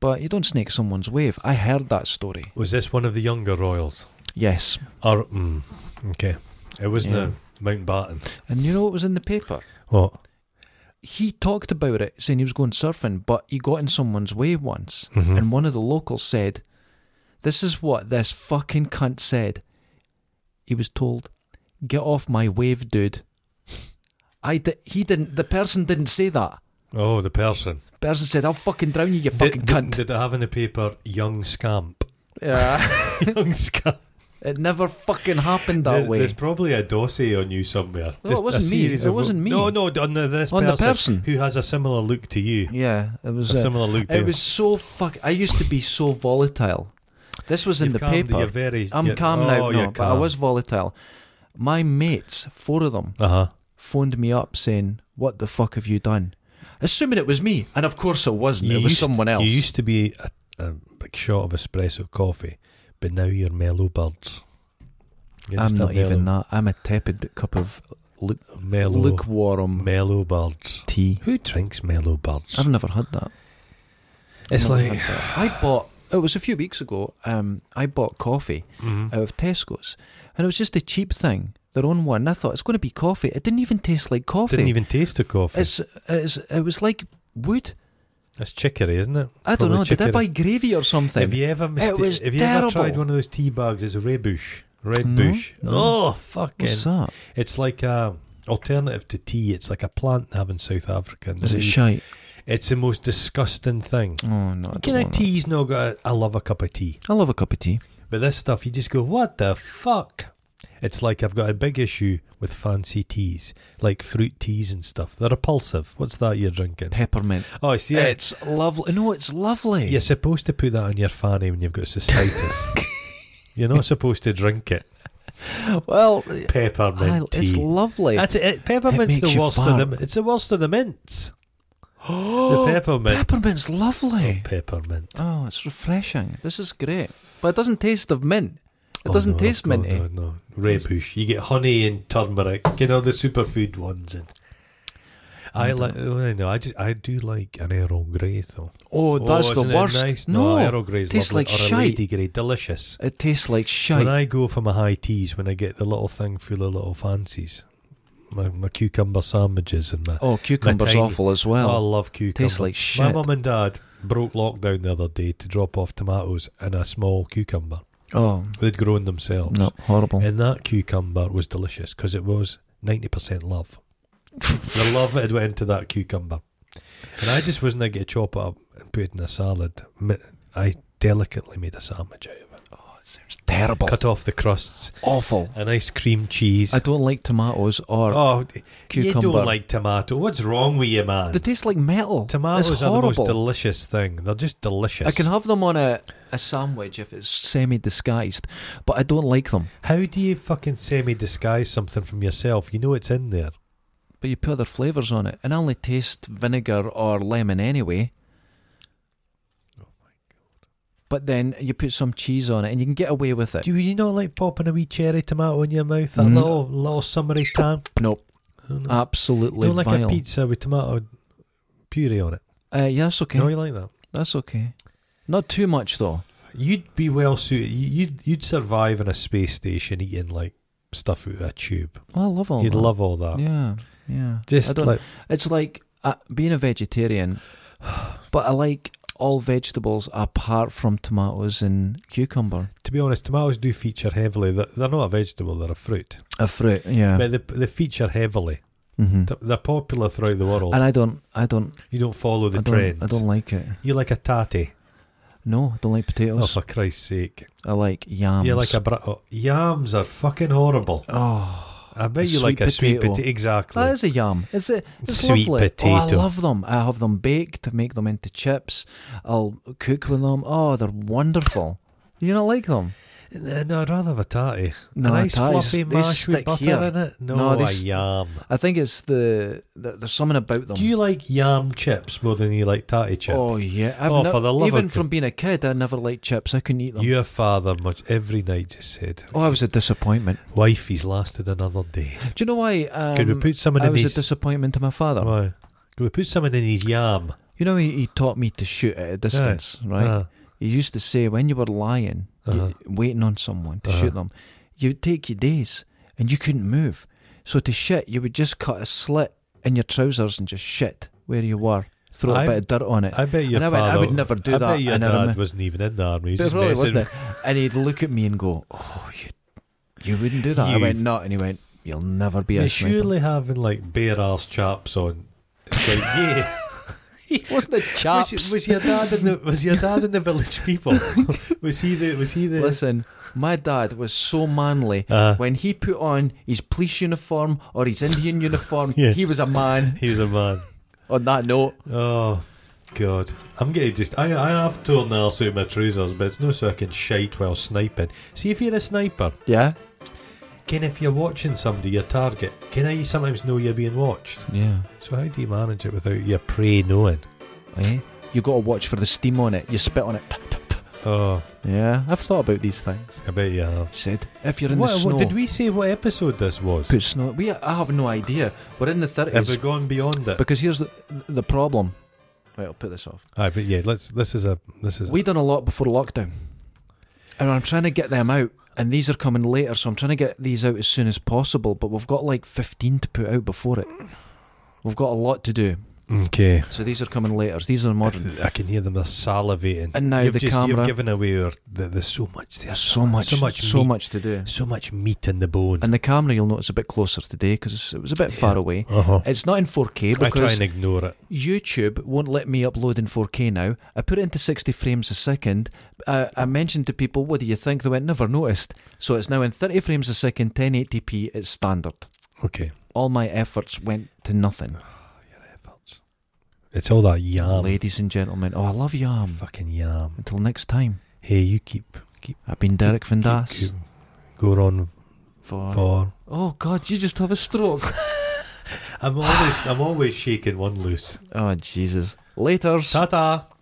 [SPEAKER 1] But you don't snake someone's wave. I heard that story.
[SPEAKER 2] was this one of the younger royals?
[SPEAKER 1] Yes.
[SPEAKER 2] Or mm, okay, it wasn't
[SPEAKER 1] Yeah.
[SPEAKER 2] a Mountbatten.
[SPEAKER 1] And you know what was in the paper?
[SPEAKER 2] What?
[SPEAKER 1] He talked about it, saying he was going surfing, but he got in someone's way once.
[SPEAKER 2] Mhm.
[SPEAKER 1] And one of the locals said, This is what this fucking cunt said. He was told, Get off my wave, dude. I di- he didn't, the person didn't say that.
[SPEAKER 2] Oh, the person.
[SPEAKER 1] The person said, I'll fucking drown you, you fucking
[SPEAKER 2] did,
[SPEAKER 1] cunt.
[SPEAKER 2] Did, did I have in the paper young scamp?
[SPEAKER 1] yeah.
[SPEAKER 2] young scamp.
[SPEAKER 1] It never fucking happened that
[SPEAKER 2] There's,
[SPEAKER 1] way.
[SPEAKER 2] there's probably a dossier on you somewhere.
[SPEAKER 1] No, it
[SPEAKER 2] Just a
[SPEAKER 1] wasn't me.
[SPEAKER 2] series
[SPEAKER 1] It
[SPEAKER 2] of-
[SPEAKER 1] wasn't me.
[SPEAKER 2] No, no, on the, this
[SPEAKER 1] On the
[SPEAKER 2] person,
[SPEAKER 1] person.
[SPEAKER 2] who has a similar look to you.
[SPEAKER 1] yeah, it was.
[SPEAKER 2] A
[SPEAKER 1] uh,
[SPEAKER 2] similar look to
[SPEAKER 1] It was so fuck. I used to be so volatile. This was in
[SPEAKER 2] You've
[SPEAKER 1] the
[SPEAKER 2] calmed-
[SPEAKER 1] paper.
[SPEAKER 2] You're very,
[SPEAKER 1] I'm
[SPEAKER 2] you're-
[SPEAKER 1] calm now,
[SPEAKER 2] oh,
[SPEAKER 1] no,
[SPEAKER 2] you're
[SPEAKER 1] but I was volatile. My mates, four of them,
[SPEAKER 2] Uh huh.
[SPEAKER 1] phoned me up saying, "What the fuck have you done?" Assuming it was me, and of course it wasn't. it was someone else.
[SPEAKER 2] You used to be a, a big shot of espresso coffee, but now you're mellow birds. You're
[SPEAKER 1] I'm
[SPEAKER 2] just a
[SPEAKER 1] not even
[SPEAKER 2] mellow-
[SPEAKER 1] that. I'm a tepid cup of luke-
[SPEAKER 2] mellow.
[SPEAKER 1] lukewarm
[SPEAKER 2] mellow birds.
[SPEAKER 1] tea.
[SPEAKER 2] Who drinks mellow birds?
[SPEAKER 1] I've never had that.
[SPEAKER 2] it's
[SPEAKER 1] Never
[SPEAKER 2] like
[SPEAKER 1] had that. I bought. It was a few weeks ago. Um, I bought coffee
[SPEAKER 2] Mhm.
[SPEAKER 1] out of Tesco's, and it was just a cheap thing, their own one. I thought it's going to be coffee. It didn't even taste like coffee.
[SPEAKER 2] didn't even taste the coffee. It's,
[SPEAKER 1] It's, it's it was like wood.
[SPEAKER 2] chicory, isn't it?
[SPEAKER 1] I don't
[SPEAKER 2] Probably
[SPEAKER 1] know. Did I
[SPEAKER 2] chicory.
[SPEAKER 1] buy gravy or something?
[SPEAKER 2] Have you ever mista-
[SPEAKER 1] It was
[SPEAKER 2] Have you ever tried
[SPEAKER 1] terrible.
[SPEAKER 2] one of those tea bags? It's Redbush. Redbush.
[SPEAKER 1] No,
[SPEAKER 2] bush.
[SPEAKER 1] no.
[SPEAKER 2] Oh, fucking!
[SPEAKER 1] What's that?
[SPEAKER 2] It's like a alternative to tea. It's like a plant they have in South Africa. and
[SPEAKER 1] Is
[SPEAKER 2] they
[SPEAKER 1] it
[SPEAKER 2] use-
[SPEAKER 1] shite?
[SPEAKER 2] It's the most disgusting thing.
[SPEAKER 1] Oh no! I,
[SPEAKER 2] Can
[SPEAKER 1] don't
[SPEAKER 2] I
[SPEAKER 1] want
[SPEAKER 2] tea's no got? A, I love a cup of tea,
[SPEAKER 1] that. I love a cup of tea.
[SPEAKER 2] but this stuff you just go, what the fuck? It's like I've got a big issue with fancy teas, like fruit teas and stuff. They're repulsive. What's that you're drinking?
[SPEAKER 1] Peppermint.
[SPEAKER 2] Oh, I see.
[SPEAKER 1] Yeah,
[SPEAKER 2] it.
[SPEAKER 1] it's lovely. No, it's lovely.
[SPEAKER 2] You're supposed to put that on your fanny when you've got cystitis. You're not supposed to drink it.
[SPEAKER 1] Well, I,
[SPEAKER 2] Peppermint
[SPEAKER 1] it's
[SPEAKER 2] tea.
[SPEAKER 1] lovely.
[SPEAKER 2] That's it. it- Peppermint's
[SPEAKER 1] makes
[SPEAKER 2] the
[SPEAKER 1] you
[SPEAKER 2] worst of them.
[SPEAKER 1] fart.
[SPEAKER 2] It's the worst of the mints. the peppermint.
[SPEAKER 1] Peppermint's
[SPEAKER 2] Oh,
[SPEAKER 1] lovely.
[SPEAKER 2] peppermint.
[SPEAKER 1] Oh, it's refreshing. This is great, but it doesn't taste of mint. It
[SPEAKER 2] Oh,
[SPEAKER 1] doesn't
[SPEAKER 2] no, I've
[SPEAKER 1] taste
[SPEAKER 2] got-
[SPEAKER 1] minty.
[SPEAKER 2] No, no. Redbush. You get honey and turmeric. Get all the superfood ones in. I like. oh, I know. I just. I do like an Earl Grey though.
[SPEAKER 1] Oh, that's the
[SPEAKER 2] isn't it
[SPEAKER 1] worst.
[SPEAKER 2] Nice?
[SPEAKER 1] No,
[SPEAKER 2] Earl Grey's
[SPEAKER 1] tastes
[SPEAKER 2] lovely.
[SPEAKER 1] like
[SPEAKER 2] or
[SPEAKER 1] shite.
[SPEAKER 2] a Lady Grey, delicious.
[SPEAKER 1] It tastes like shite.
[SPEAKER 2] When I go for my high teas, when I get the little thing full of little fancies, my, my cucumber sandwiches and my.
[SPEAKER 1] oh, cucumber's
[SPEAKER 2] tiny-
[SPEAKER 1] awful as
[SPEAKER 2] Oh, I
[SPEAKER 1] well.
[SPEAKER 2] love cucumber.
[SPEAKER 1] tastes like
[SPEAKER 2] My
[SPEAKER 1] shit.
[SPEAKER 2] mum and dad broke lockdown the other day to drop off tomatoes and a small cucumber.
[SPEAKER 1] Oh,
[SPEAKER 2] They'd grown themselves.
[SPEAKER 1] no, horrible.
[SPEAKER 2] And that cucumber was delicious because it was 90% love. the love that had went into that cucumber. And I just wasn't going to chop it up and put it in a salad. Mi- I delicately made a sandwich out of it.
[SPEAKER 1] sounds terrible.
[SPEAKER 2] Cut off the crusts.
[SPEAKER 1] Awful.
[SPEAKER 2] An ice cream cheese.
[SPEAKER 1] I don't like tomatoes or
[SPEAKER 2] oh,
[SPEAKER 1] cucumber.
[SPEAKER 2] you don't like tomato. What's wrong with you, man?
[SPEAKER 1] they taste like metal. it's
[SPEAKER 2] Tomatoes are the
[SPEAKER 1] horrible.
[SPEAKER 2] most delicious thing. They're just delicious.
[SPEAKER 1] I can have them on a, a sandwich if it's semi disguised, but I don't like them.
[SPEAKER 2] How do you fucking semi disguise something from yourself? You know it's in there.
[SPEAKER 1] But you put other flavours on it, and I only taste vinegar or lemon anyway.
[SPEAKER 2] Oh
[SPEAKER 1] my god! But then you put some cheese on it, and you can get away with it.
[SPEAKER 2] Do you not like popping a wee cherry tomato in your mouth? That
[SPEAKER 1] Mm.
[SPEAKER 2] little little summery tan.
[SPEAKER 1] nope,
[SPEAKER 2] Oh, no. You
[SPEAKER 1] absolutely
[SPEAKER 2] don't like
[SPEAKER 1] vile.
[SPEAKER 2] a pizza with tomato puree on it.
[SPEAKER 1] Uh, yeah, that's okay.
[SPEAKER 2] No, you like that.
[SPEAKER 1] That's okay. Not too much though.
[SPEAKER 2] You'd be well suited. you- You'd you'd survive in a space station eating like stuff out of a tube.
[SPEAKER 1] Well, I love all.
[SPEAKER 2] you'd
[SPEAKER 1] that.
[SPEAKER 2] love all that.
[SPEAKER 1] Oh, Yeah, yeah. I
[SPEAKER 2] Just
[SPEAKER 1] don't-
[SPEAKER 2] like
[SPEAKER 1] It's like uh, being a vegetarian, but I like all vegetables apart from tomatoes and cucumber.
[SPEAKER 2] to be honest, tomatoes do feature heavily. They're, they're not a vegetable; they're a fruit,
[SPEAKER 1] A fruit, yeah.
[SPEAKER 2] but they, they feature heavily.
[SPEAKER 1] hmm
[SPEAKER 2] T- They're popular throughout the world.
[SPEAKER 1] And I don't, I don't,
[SPEAKER 2] you don't follow the
[SPEAKER 1] I don't,
[SPEAKER 2] trends.
[SPEAKER 1] I don't like it.
[SPEAKER 2] You like a tatty?
[SPEAKER 1] No, I don't like
[SPEAKER 2] Oh,
[SPEAKER 1] potatoes.
[SPEAKER 2] for Christ's sake!
[SPEAKER 1] I like yams.
[SPEAKER 2] You like a bra- oh, yams are fucking horrible.
[SPEAKER 1] oh,
[SPEAKER 2] I
[SPEAKER 1] A
[SPEAKER 2] bet you like
[SPEAKER 1] sweet
[SPEAKER 2] a sweet
[SPEAKER 1] potato.
[SPEAKER 2] potato. Exactly.
[SPEAKER 1] that is a yam. Is it? It's
[SPEAKER 2] Sweet
[SPEAKER 1] lovely. Oh, I
[SPEAKER 2] potato.
[SPEAKER 1] love them. I have them baked, make them into chips. I'll cook with them. Oh, they're wonderful. You don't like them?
[SPEAKER 2] Uh, No, I'd rather have a tatty.
[SPEAKER 1] No,
[SPEAKER 2] a nice
[SPEAKER 1] tatties,
[SPEAKER 2] fluffy
[SPEAKER 1] they
[SPEAKER 2] mash
[SPEAKER 1] stick
[SPEAKER 2] with butter
[SPEAKER 1] here.
[SPEAKER 2] in it. No,
[SPEAKER 1] No, they
[SPEAKER 2] a
[SPEAKER 1] st-
[SPEAKER 2] yam.
[SPEAKER 1] I think it's the, the there's something about them.
[SPEAKER 2] Do you like yam chips more than you like tatty chips?
[SPEAKER 1] Oh yeah, I've
[SPEAKER 2] Oh,
[SPEAKER 1] no-
[SPEAKER 2] for the love of
[SPEAKER 1] even
[SPEAKER 2] God.
[SPEAKER 1] from being a kid, I never liked chips. I couldn't eat them.
[SPEAKER 2] Your father much every night just said,
[SPEAKER 1] oh, I was a disappointment.
[SPEAKER 2] "Wife, he's lasted another day."
[SPEAKER 1] Do you know why? Um,
[SPEAKER 2] Could we put something
[SPEAKER 1] I
[SPEAKER 2] in
[SPEAKER 1] was a
[SPEAKER 2] his?
[SPEAKER 1] disappointment to my father.
[SPEAKER 2] Why? Could we put something in his yam?
[SPEAKER 1] You know, he, he taught me to shoot at a distance, right?
[SPEAKER 2] Ah,
[SPEAKER 1] He used to say when you were lying, you-
[SPEAKER 2] Uh-huh.
[SPEAKER 1] waiting on someone to
[SPEAKER 2] Uh-huh.
[SPEAKER 1] shoot them, you would take you days and you couldn't move. So to shit, you would just cut a slit in your trousers and just shit where you were, throw a
[SPEAKER 2] I-
[SPEAKER 1] bit of dirt on it.
[SPEAKER 2] I bet your
[SPEAKER 1] And I
[SPEAKER 2] father.
[SPEAKER 1] went, I would never do
[SPEAKER 2] I
[SPEAKER 1] that,
[SPEAKER 2] bet your
[SPEAKER 1] and I
[SPEAKER 2] dad
[SPEAKER 1] remem-
[SPEAKER 2] wasn't even in the army. He
[SPEAKER 1] But
[SPEAKER 2] was
[SPEAKER 1] it really
[SPEAKER 2] just messing.
[SPEAKER 1] wasn't it? And he'd look at me and go, "Oh, you, you wouldn't do that." I
[SPEAKER 2] You
[SPEAKER 1] went,
[SPEAKER 2] f-
[SPEAKER 1] "No," and he went, "You'll never be a
[SPEAKER 2] You're
[SPEAKER 1] sniper."
[SPEAKER 2] surely having like bare ass chaps on. It's like, yeah.
[SPEAKER 1] Wasn't it chaps?
[SPEAKER 2] Was, was your dad in the Was your dad in the village people? was he the Was he the
[SPEAKER 1] Listen, my dad was so manly.
[SPEAKER 2] Uh,
[SPEAKER 1] When he put on his police uniform or his Indian uniform,
[SPEAKER 2] Yeah.
[SPEAKER 1] he was a man.
[SPEAKER 2] He's a man.
[SPEAKER 1] On that note,
[SPEAKER 2] Oh, God. I'm getting just. I, I have torn the arse out of my trousers, but it's no so I can shite while sniping. See, if you're a sniper,
[SPEAKER 1] yeah,
[SPEAKER 2] can if you're watching somebody, your target, can I sometimes know you're being watched?
[SPEAKER 1] yeah.
[SPEAKER 2] So, how do you manage it without your prey knowing?
[SPEAKER 1] Eh? You got to watch for the steam on it. You spit on it.
[SPEAKER 2] Oh,
[SPEAKER 1] Yeah, I've thought about these things.
[SPEAKER 2] I bet you have.
[SPEAKER 1] Said if you're in the
[SPEAKER 2] What,
[SPEAKER 1] snow,
[SPEAKER 2] what, did we say what episode this was?
[SPEAKER 1] put snow. We, I have no idea. We're in the
[SPEAKER 2] Have we
[SPEAKER 1] thirties
[SPEAKER 2] gone beyond it?
[SPEAKER 1] because here's the, the problem. Right, I'll put this off.
[SPEAKER 2] Aye, but yeah, let's. This is a. This is.
[SPEAKER 1] We done a lot before lockdown, and I'm trying to get them out. And these are coming later, so I'm trying to get these out as soon as possible. But we've got like 15 to put out before it. We've got a lot to do,
[SPEAKER 2] okay.
[SPEAKER 1] so these are coming later. These are modern.
[SPEAKER 2] I can hear them. They're salivating.
[SPEAKER 1] And now
[SPEAKER 2] you've
[SPEAKER 1] the
[SPEAKER 2] just,
[SPEAKER 1] camera.
[SPEAKER 2] You've given away. Your, the, there's so much. There's
[SPEAKER 1] There's so much,
[SPEAKER 2] So much.
[SPEAKER 1] so
[SPEAKER 2] meat.
[SPEAKER 1] much to do.
[SPEAKER 2] So much meat in the bone.
[SPEAKER 1] And the camera, you'll notice a bit closer today because it was a bit far away.
[SPEAKER 2] Uh huh.
[SPEAKER 1] It's not in 4K
[SPEAKER 2] I try
[SPEAKER 1] because
[SPEAKER 2] and ignore it.
[SPEAKER 1] YouTube won't let me upload in 4K now. I put it into 60 frames a second. Uh, I mentioned to people, what do you think? They went, never noticed. So it's now in 30 frames a second, 1080p, it's standard.
[SPEAKER 2] Okay.
[SPEAKER 1] All my efforts went to nothing.
[SPEAKER 2] It's all that yam.
[SPEAKER 1] Ladies and gentlemen, oh, I love Yam.
[SPEAKER 2] Fucking yam.
[SPEAKER 1] Until next time,
[SPEAKER 2] Hey, you keep. keep
[SPEAKER 1] I've been Derek Van
[SPEAKER 2] keep
[SPEAKER 1] Das.
[SPEAKER 2] Go on
[SPEAKER 1] For...
[SPEAKER 2] for.
[SPEAKER 1] Oh, God, you just have a stroke.
[SPEAKER 2] I'm always. I'm always shaking one loose.
[SPEAKER 1] oh, Jesus. Later.
[SPEAKER 2] Ta ta.